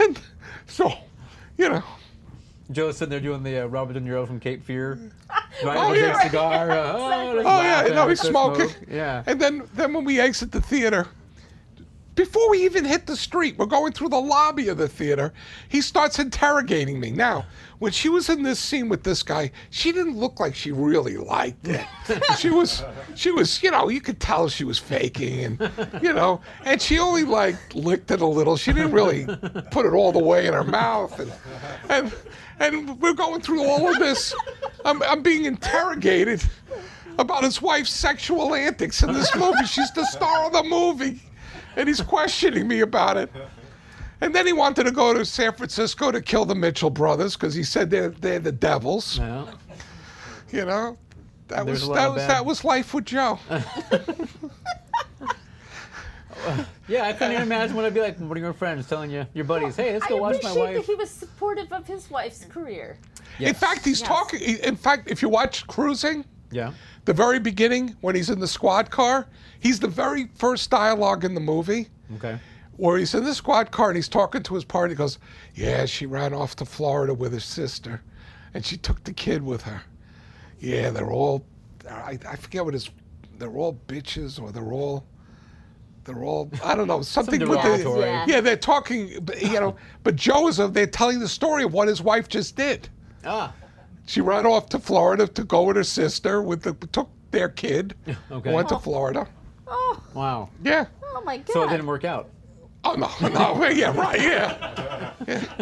S5: And so, you know.
S2: Joe's sitting there doing the uh, Robert De Niro from Cape Fear. Right,
S5: Oh,
S2: with his
S5: yeah.
S2: cigar. uh, oh, there's
S5: Oh yeah,
S2: laughing,
S5: no, he's
S2: there's
S5: smoking.
S2: smoke. Yeah.
S5: And then then when we exit the theater, before we even hit the street, we're going through the lobby of the theater. He starts interrogating me. Now, when she was in this scene with this guy, she didn't look like she really liked it. she was she was, you know, you could tell she was faking and you know, and she only like licked it a little. She didn't really put it all the way in her mouth and and and we're going through all of this. I'm I'm being interrogated about his wife's sexual antics in this movie. She's the star of the movie. And he's questioning me about it. And then he wanted to go to San Francisco to kill the Mitchell brothers because he said they're, they're the devils.
S2: Yeah.
S5: You know, that
S2: There's
S5: was
S2: a lot
S5: that
S2: of
S5: was
S2: bad-
S5: that was life with Joe.
S2: Yeah, I couldn't even imagine what I'd be like when your friends telling you, your buddies, hey, let's
S6: I
S2: go watch my
S6: appreciate that
S2: wife.
S6: he was supportive of his wife's career.
S5: In fact, he's
S6: Yes.
S5: talking. In fact, if you watch Cruising,
S2: Yeah.
S5: the very beginning when he's in the squad car, he's the very first dialogue in the movie.
S2: Okay.
S5: where he's in the squad car and he's talking to his partner. He goes, Yeah, she ran off to Florida with her sister and she took the kid with her. Yeah, they're all, I, I forget what it is, they're all bitches or they're all, they're all, I don't know, something with the,
S2: derogatory.
S1: Yeah.
S5: yeah, they're talking, but, you know, but Joe is, they're telling the story of what his wife just did.
S2: Ah.
S5: She ran off to Florida to go with her sister, with the, took their kid,
S2: Okay.
S5: went to Florida.
S6: Oh,
S2: Wow.
S5: Yeah.
S6: oh my God.
S2: So it didn't work out.
S5: Oh, no, no, yeah, right, yeah.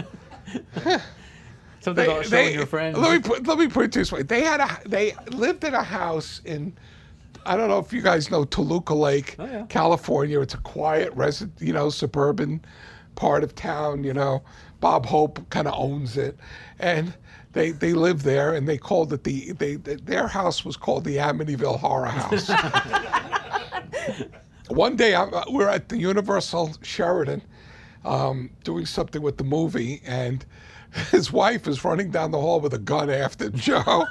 S2: Something about showing your friends.
S5: Let me put let me put it this way: they had a they lived in a house in. I don't know if you guys know Toluca Lake,
S2: Oh, yeah.
S5: California. It's a quiet, resi- you know, suburban part of town. You know, Bob Hope kind of owns it, and they they live there, and they called it the they their house was called the Amityville Horror House. One day, I'm, uh, we're at the Universal Sheridan um, doing something with the movie, and his wife is running down the hall with a gun after Joe.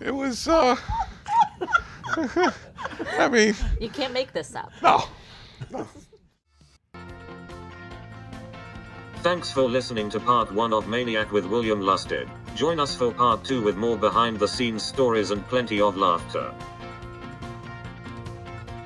S5: it was, uh, I mean,
S1: You can't make this up.
S5: no.
S7: Thanks for listening to part 1 of Maniac with William Lustig. Join us for part 2 with more behind the scenes stories and plenty of laughter.